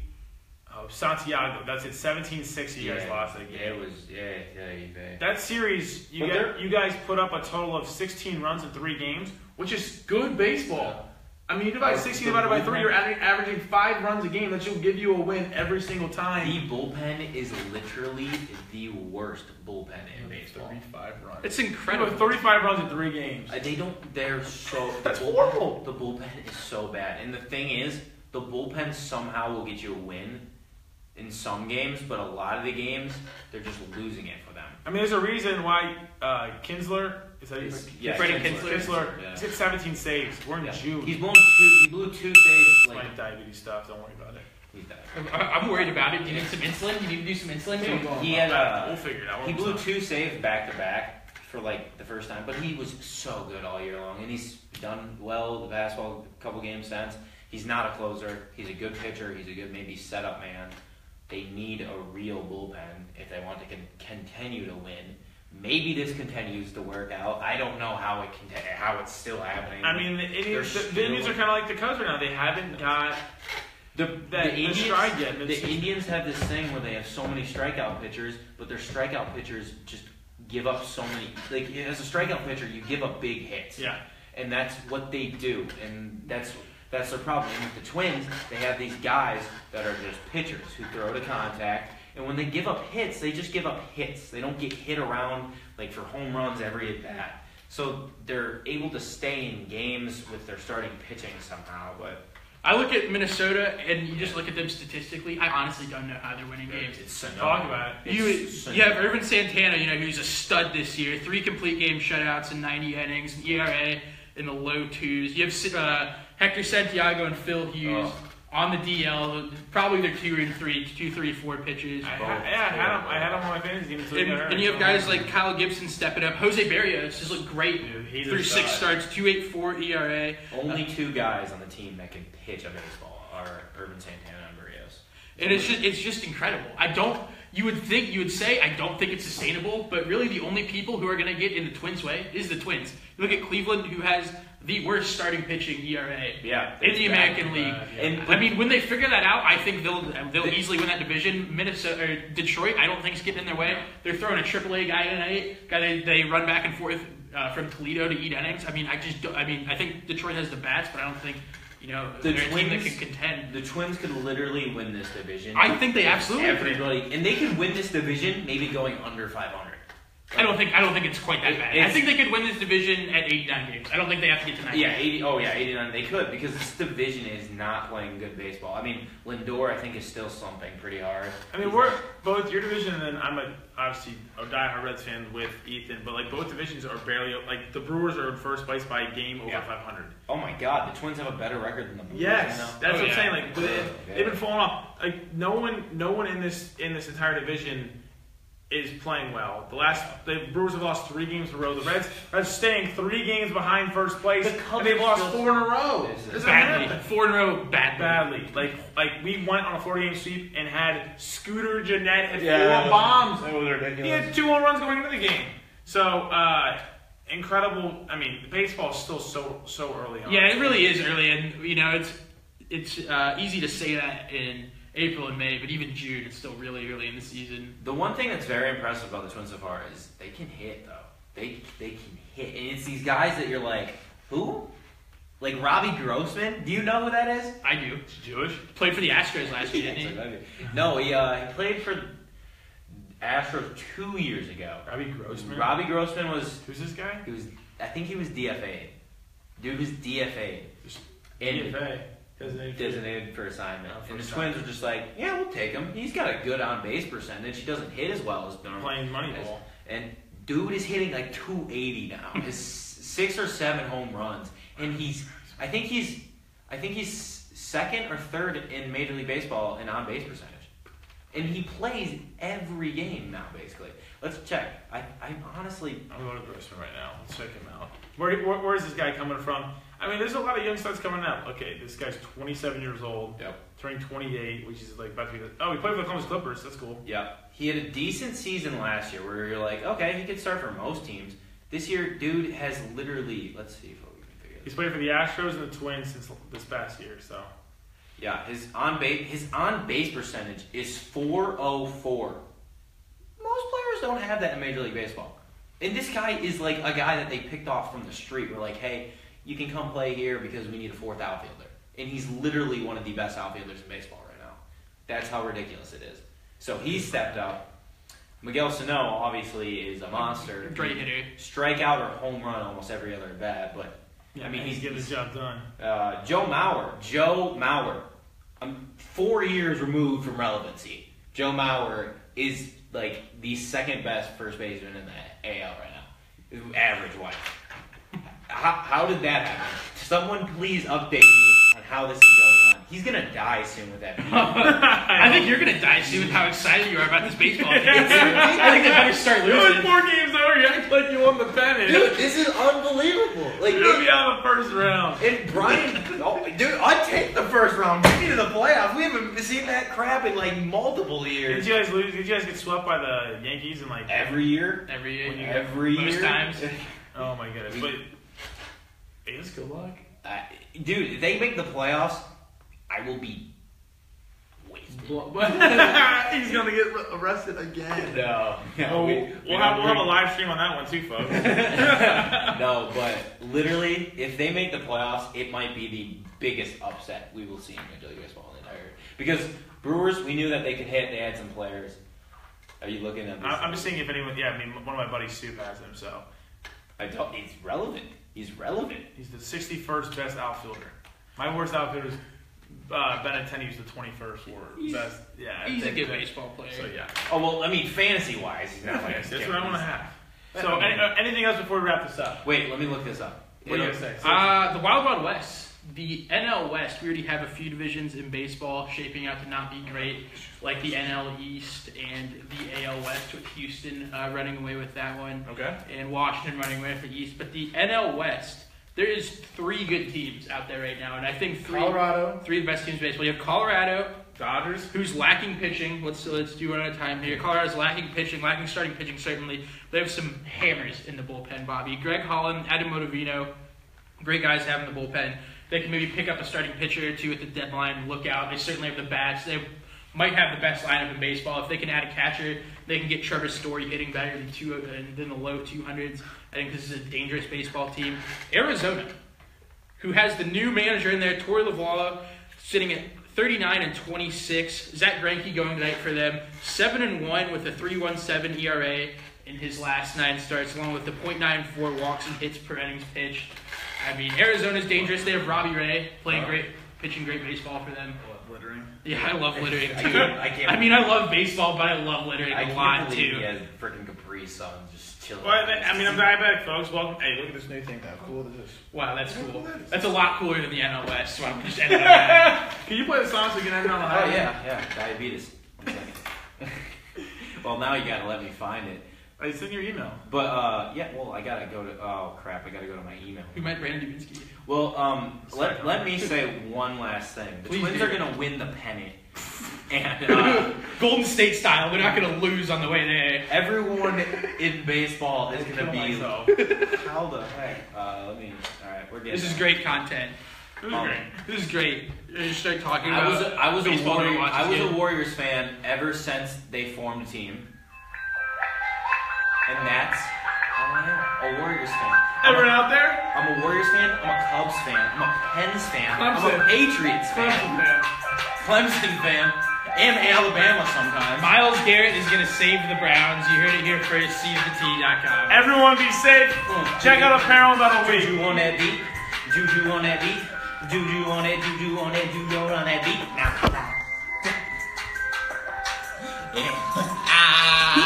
[SPEAKER 1] Oh, Santiago. That's it. 17 6. You guys
[SPEAKER 2] Yeah.
[SPEAKER 1] lost that game.
[SPEAKER 2] Yeah, it was yeah, yeah, you bet.
[SPEAKER 1] That series, you
[SPEAKER 4] But
[SPEAKER 1] got,
[SPEAKER 4] they're-
[SPEAKER 1] you guys put up a total of 16 runs in three games, which is good baseball. I mean, you divide
[SPEAKER 4] Oh,
[SPEAKER 1] 16
[SPEAKER 4] the
[SPEAKER 1] divided by three,
[SPEAKER 4] bullpen-
[SPEAKER 1] you're adding, averaging five runs a game. That should give you a win every single
[SPEAKER 2] The
[SPEAKER 1] time.
[SPEAKER 2] bullpen is literally the worst bullpen in baseball.
[SPEAKER 1] runs.
[SPEAKER 3] It's
[SPEAKER 1] Incredible.
[SPEAKER 3] incredible.
[SPEAKER 1] 35 runs in three games.
[SPEAKER 2] Uh, They don't. They're so.
[SPEAKER 1] That's
[SPEAKER 2] the bull-
[SPEAKER 1] horrible.
[SPEAKER 2] The bullpen is so bad, and the thing is, the bullpen somehow will get you a win in some games, but a lot of the games they're just losing it for them.
[SPEAKER 1] I mean, there's a reason why uh, Kinsler is that
[SPEAKER 2] It's-
[SPEAKER 1] he's
[SPEAKER 2] yeah,
[SPEAKER 3] Freddie
[SPEAKER 1] Kinsler.
[SPEAKER 3] Kinsler.
[SPEAKER 1] Kinsler.
[SPEAKER 2] Yeah.
[SPEAKER 1] He's got 17 saves. We're in
[SPEAKER 2] Yeah.
[SPEAKER 1] June.
[SPEAKER 2] He's blown two. He blew two saves. Like
[SPEAKER 1] like diabetes stuff. Don't worry about it.
[SPEAKER 2] he's dead.
[SPEAKER 3] I- I'm worried about it. Do you need some insulin? You need to do some insulin? Maybe?
[SPEAKER 2] He had uh,
[SPEAKER 1] we'll figure it out.
[SPEAKER 2] He blew two saves back to back for like the first time, but he was so good all year long, and he's done well the past well, couple games since. He's not a closer. He's a good pitcher. He's a good maybe setup man. They need a real bullpen if they want to con- continue to win. Maybe this continues to work out. I don't know how it conti- how it's still happening.
[SPEAKER 1] I mean, the Indians, the,
[SPEAKER 2] They're
[SPEAKER 1] the Indians are
[SPEAKER 2] still-
[SPEAKER 1] kind of like the Cubs right now. They haven't got
[SPEAKER 2] the,
[SPEAKER 1] that- the stride yet, but
[SPEAKER 2] the
[SPEAKER 1] it's-
[SPEAKER 2] Indians have this thing where they have so many strikeout pitchers, but their strikeout pitchers just give up so many. Like as a strikeout pitcher, you give up big hits.
[SPEAKER 1] yeah.
[SPEAKER 2] and that's what they do, and that's that's their problem. And with the Twins, they have these guys that are just pitchers who throw to contact, and when they give up hits, they just give up hits. They don't get hit around like for home runs every at bat. So they're able to stay in games with their starting pitching somehow, but
[SPEAKER 3] I look at Minnesota and you just look at them statistically. I honestly don't know how they're winning games.
[SPEAKER 2] it's
[SPEAKER 1] Talk about it.
[SPEAKER 3] You,
[SPEAKER 2] It's
[SPEAKER 3] you have Irvin Santana, you know, who's a stud this year. Three complete game shutouts and 90 innings, an ERA in the low twos. You have uh, Hector Santiago and Phil Hughes
[SPEAKER 1] Oh.
[SPEAKER 3] on the DL. Probably their two and three, two, three, four pitches.
[SPEAKER 1] I, ha- yeah, I had him. I had him on my fantasy team. until he
[SPEAKER 3] And,
[SPEAKER 1] got hurt.
[SPEAKER 3] and you have guys like Kyle Gibson stepping up. Jose Barrios has looked great
[SPEAKER 1] Dude, he's a
[SPEAKER 3] through six
[SPEAKER 1] stud.
[SPEAKER 3] starts, 2.84 ERA.
[SPEAKER 2] Only two guys on the team that can pitch a baseball are Urban Santana and Barrios.
[SPEAKER 3] And it's just it's just incredible. I don't you would think you would say I don't think it's sustainable, but really the only people who are gonna get in the twins way is the twins. You look at Cleveland who has the worst starting pitching ERA
[SPEAKER 2] Yeah,
[SPEAKER 3] in the American League.
[SPEAKER 2] And-
[SPEAKER 3] I mean, when they figure that out, I think they'll they'll
[SPEAKER 2] They-
[SPEAKER 3] easily win that division. Minnesota, or Detroit, I don't think's getting in their way. They're throwing a AAA guy tonight. Guy they, they run back and forth uh, from Toledo to eat innings. I mean, I just don't, I mean I think Detroit has the bats, but I don't think you know
[SPEAKER 2] The
[SPEAKER 3] they're a team that
[SPEAKER 2] Twins-
[SPEAKER 3] can contend.
[SPEAKER 6] The Twins could literally win this division.
[SPEAKER 3] I think they absolutely.
[SPEAKER 6] Everybody, and they could win this division, maybe going under 500.
[SPEAKER 3] I don't think I don't think it's quite that
[SPEAKER 2] It-
[SPEAKER 3] bad. I
[SPEAKER 2] it's-
[SPEAKER 3] think they could win this division at 89 games. I don't think they have to get to 90.
[SPEAKER 2] Yeah, 80, oh yeah, 89. They could because this division is not playing good baseball. I mean, Lindor, I think, is still slumping pretty hard.
[SPEAKER 1] I mean,
[SPEAKER 2] He's
[SPEAKER 1] we're
[SPEAKER 2] not-
[SPEAKER 1] both your division, and then I'm a obviously a diehard Reds fan with Ethan. But like both divisions are barely like the Brewers are in first place by a game over
[SPEAKER 2] Yeah.
[SPEAKER 1] 500.
[SPEAKER 2] Oh my God, the Twins have a better record than the Brewers.
[SPEAKER 1] Yes,
[SPEAKER 2] I know.
[SPEAKER 1] that's
[SPEAKER 3] Oh,
[SPEAKER 1] what
[SPEAKER 3] yeah.
[SPEAKER 1] I'm saying. Like the,
[SPEAKER 2] Yeah.
[SPEAKER 1] they've been falling off. Like no one, no one in this in this entire division is playing well. The last the Brewers have lost three games in a row. The Reds are staying three games behind first place,
[SPEAKER 6] The Cubs
[SPEAKER 1] and they've lost
[SPEAKER 6] still-
[SPEAKER 1] four in a row.
[SPEAKER 2] This is
[SPEAKER 1] This is
[SPEAKER 3] badly,
[SPEAKER 1] happening.
[SPEAKER 3] four in a row, badly.
[SPEAKER 1] Badly, like like we went on a four game sweep and had Scooter Jeanette hit
[SPEAKER 4] Yeah.
[SPEAKER 1] four bombs.
[SPEAKER 4] That was ridiculous.
[SPEAKER 1] He had two home runs going into the game. So uh, incredible. I mean, baseball is still so so early on.
[SPEAKER 3] Yeah, it really is early, and you know it's it's uh, easy to say that in April and May, but even June, it's still really early in the season.
[SPEAKER 2] The one thing that's very impressive about the Twins so far is they can hit though. They they can hit, and it's these guys that you're like,
[SPEAKER 6] Who? Like Robbie Grossman? Do you know who that is?
[SPEAKER 3] I do.
[SPEAKER 1] Jewish.
[SPEAKER 3] Played for the Astros last year, didn't he?
[SPEAKER 6] No, he, uh, he played
[SPEAKER 2] played for Astros two years ago.
[SPEAKER 1] Robbie Grossman.
[SPEAKER 2] Robbie Grossman was
[SPEAKER 1] Who's this guy?
[SPEAKER 2] he was I think he was DFA. Dude was DFA. And
[SPEAKER 1] DFA. Designated free-
[SPEAKER 2] designated for assignment.
[SPEAKER 1] Oh, for
[SPEAKER 2] and the
[SPEAKER 1] assignment.
[SPEAKER 2] Twins were just like, yeah, we'll take him. He's got a good on base percentage. He doesn't hit as well as normal.
[SPEAKER 1] Playing Moneyball.
[SPEAKER 2] And dude is hitting like 280 now. His six or seven home runs, and he's I think he's I think he's second or third in Major League Baseball in on base percentage. And he plays every game now, basically. Let's check. I, I'm honestly
[SPEAKER 1] I'm going to Grossman right now. Let's check him out. Where, where, where is this guy coming from? I mean, there's a lot of young studs coming out. Okay, this guy's 27 years old,
[SPEAKER 2] Yep.
[SPEAKER 1] turning 28, which is like about to be. The, oh, he played for the Columbus Clippers. That's cool.
[SPEAKER 2] Yeah. He had a decent season last year where you're like, okay, he could start for most teams. This year, dude has literally, let's see if we can figure this
[SPEAKER 1] He's played for the Astros and the Twins since this past year. So
[SPEAKER 2] Yeah, his on base his on base percentage is 404. Most players don't have that in Major League Baseball. And this guy is like a guy that they picked off from the street. We're like, hey, you can come play here because we need a fourth outfielder. And he's literally one of the best outfielders in baseball right now. That's how ridiculous it is. So he stepped up. Miguel Sano obviously is a monster.
[SPEAKER 3] Great hitter.
[SPEAKER 2] Strikeout or home run almost every other at bat, but I mean
[SPEAKER 1] he's
[SPEAKER 2] he's,
[SPEAKER 1] getting his job done.
[SPEAKER 2] uh, Joe Mauer. Joe Mauer. I'm four years removed from relevancy. Joe Mauer is like the second best first baseman in the AL right now, average wise. How, how did that happen? Someone please update me on how this is going on. He's gonna die soon with that.
[SPEAKER 3] I think you're gonna die soon with how excited you are about this baseball team. I think they better start losing.
[SPEAKER 1] four games over. You I put you on the pennant.
[SPEAKER 5] Dude, this is unbelievable. Like,
[SPEAKER 1] You're gonna be out of the first round.
[SPEAKER 6] And Brian, oh, dude, I take the first round. Get me to the playoffs. We haven't seen that crap in like multiple
[SPEAKER 1] Did
[SPEAKER 6] years.
[SPEAKER 1] you guys lose? Did you guys get swept by the Yankees and like?
[SPEAKER 2] Every year,
[SPEAKER 3] Every year,
[SPEAKER 2] every
[SPEAKER 3] most
[SPEAKER 2] year,
[SPEAKER 3] times.
[SPEAKER 1] Oh my goodness! But it is good luck.
[SPEAKER 2] I- dude, if they make the playoffs, I will be.
[SPEAKER 5] he's gonna get arrested again.
[SPEAKER 2] No,
[SPEAKER 1] Oh, we, will have, we'll have a live stream on that one too, folks.
[SPEAKER 2] No, but literally, if they make the playoffs, it might be the biggest upset we will see in Major League Baseball in the entire. Because Brewers, we knew that they could hit. They had some players. Are you looking at? This?
[SPEAKER 1] I- I'm just seeing if anyone. Yeah, I mean, one of my buddies Stu has him, so
[SPEAKER 2] I don't. He's relevant. He's relevant.
[SPEAKER 1] he's the 61st best outfielder. My worst outfielder is uh, Benintendi, who's the 21st or
[SPEAKER 3] He's-
[SPEAKER 1] best. Yeah, I
[SPEAKER 3] He's a
[SPEAKER 1] think
[SPEAKER 3] good
[SPEAKER 1] that-
[SPEAKER 3] baseball player.
[SPEAKER 1] So yeah,
[SPEAKER 2] Oh well, I mean, fantasy wise, he's not like.
[SPEAKER 1] that's what I want to have. So any, uh, anything else before we wrap this up?
[SPEAKER 2] Wait, let me look this up.
[SPEAKER 1] What do you say?
[SPEAKER 3] Uh, the Wild Wild West. The NL West, we already have a few divisions in baseball shaping out to not be great, like the NL East and the AL West, with Houston uh, running away with that one,
[SPEAKER 1] okay.
[SPEAKER 3] and Washington running away with the East. But the NL West, there is three good teams out there right now, and I think three,
[SPEAKER 5] Colorado.
[SPEAKER 3] three of the best teams in baseball. You have Colorado,
[SPEAKER 1] Dodgers.
[SPEAKER 3] who's lacking pitching. Let's let's do one at a time here. Colorado's lacking pitching, lacking starting pitching certainly. They have some hammers in the bullpen, Bobby. Greg Holland, Adam Ottavino, great guys having the bullpen. They can maybe pick up a starting pitcher or two at the deadline, look out. They certainly have the bats. They might have the best lineup in baseball. If they can add a catcher, they can get Trevor Story hitting better than two uh, than the low 200s. I think this is a dangerous baseball team. Arizona, who has the new manager in there, Tori Lavala, sitting at 39 and 26. Zach Greinke going tonight for them, seven and one with a 3.17 ERA in his last nine starts, along with the .94 walks and hits per innings pitched. I mean, Arizona's dangerous. They have Robbie Ray playing great, pitching great baseball for them.
[SPEAKER 1] Littering.
[SPEAKER 3] Yeah, I love littering
[SPEAKER 2] I
[SPEAKER 3] too.
[SPEAKER 2] can't. I can't.
[SPEAKER 3] I mean, I love baseball, but I love littering
[SPEAKER 2] I
[SPEAKER 3] a
[SPEAKER 2] can't
[SPEAKER 3] lot
[SPEAKER 2] believe
[SPEAKER 3] too.
[SPEAKER 2] He has freaking Capri Sun just chilling.
[SPEAKER 1] Well, I I mean, I'm diabetic, folks. Welcome. Hey, look at this new thing. How cool is this?
[SPEAKER 3] Wow, that's cool. That's a lot cooler than the NL West. So I'm just ending on that.
[SPEAKER 1] Can you play the song so we can end on the high?
[SPEAKER 2] Oh yeah, yeah, diabetes. It's like- well, now you gotta let me find it.
[SPEAKER 1] It's in your email.
[SPEAKER 2] But uh, yeah, well, I gotta go to. Oh crap, I gotta go to my email.
[SPEAKER 3] We might Brandon Dubinsky.
[SPEAKER 2] Well, um,
[SPEAKER 1] Sorry,
[SPEAKER 2] let, let me say one last thing. The
[SPEAKER 3] Please
[SPEAKER 2] Twins
[SPEAKER 3] do.
[SPEAKER 2] are gonna win the pennant, and uh,
[SPEAKER 3] Golden State style. We're not going to lose on the way there.
[SPEAKER 2] everyone in baseball is gonna be.
[SPEAKER 1] Myself.
[SPEAKER 2] How the heck? Uh, let me. All right, we're getting. uh,
[SPEAKER 3] This
[SPEAKER 2] there.
[SPEAKER 3] is great content. Oh.
[SPEAKER 1] It was
[SPEAKER 2] Um,
[SPEAKER 1] great.
[SPEAKER 3] This is great. You just start talking
[SPEAKER 2] I
[SPEAKER 3] about.
[SPEAKER 2] was a, I was a
[SPEAKER 3] baseball
[SPEAKER 2] Warrior,
[SPEAKER 3] watches
[SPEAKER 2] I was
[SPEAKER 3] game.
[SPEAKER 2] a Warriors fan ever since they formed a team, and that's all I am. A Warriors fan. I'm
[SPEAKER 1] Everyone
[SPEAKER 2] a,
[SPEAKER 1] out there?
[SPEAKER 2] I'm a Warriors fan. I'm a Cubs fan. I'm a Pens fan. I'm
[SPEAKER 1] Clemson.
[SPEAKER 2] a Patriots fan. Clemson fan, and Alabama sometimes.
[SPEAKER 3] Miles Garrett is going to save the Browns. You heard it here first. E SeizeTheT.com.
[SPEAKER 1] Everyone be safe. Check out apparel in about a week.
[SPEAKER 2] Juju on that beat. Juju on that beat. Juju on that. Juju on that. Juju on that beat. Now. now. Yeah. Ah.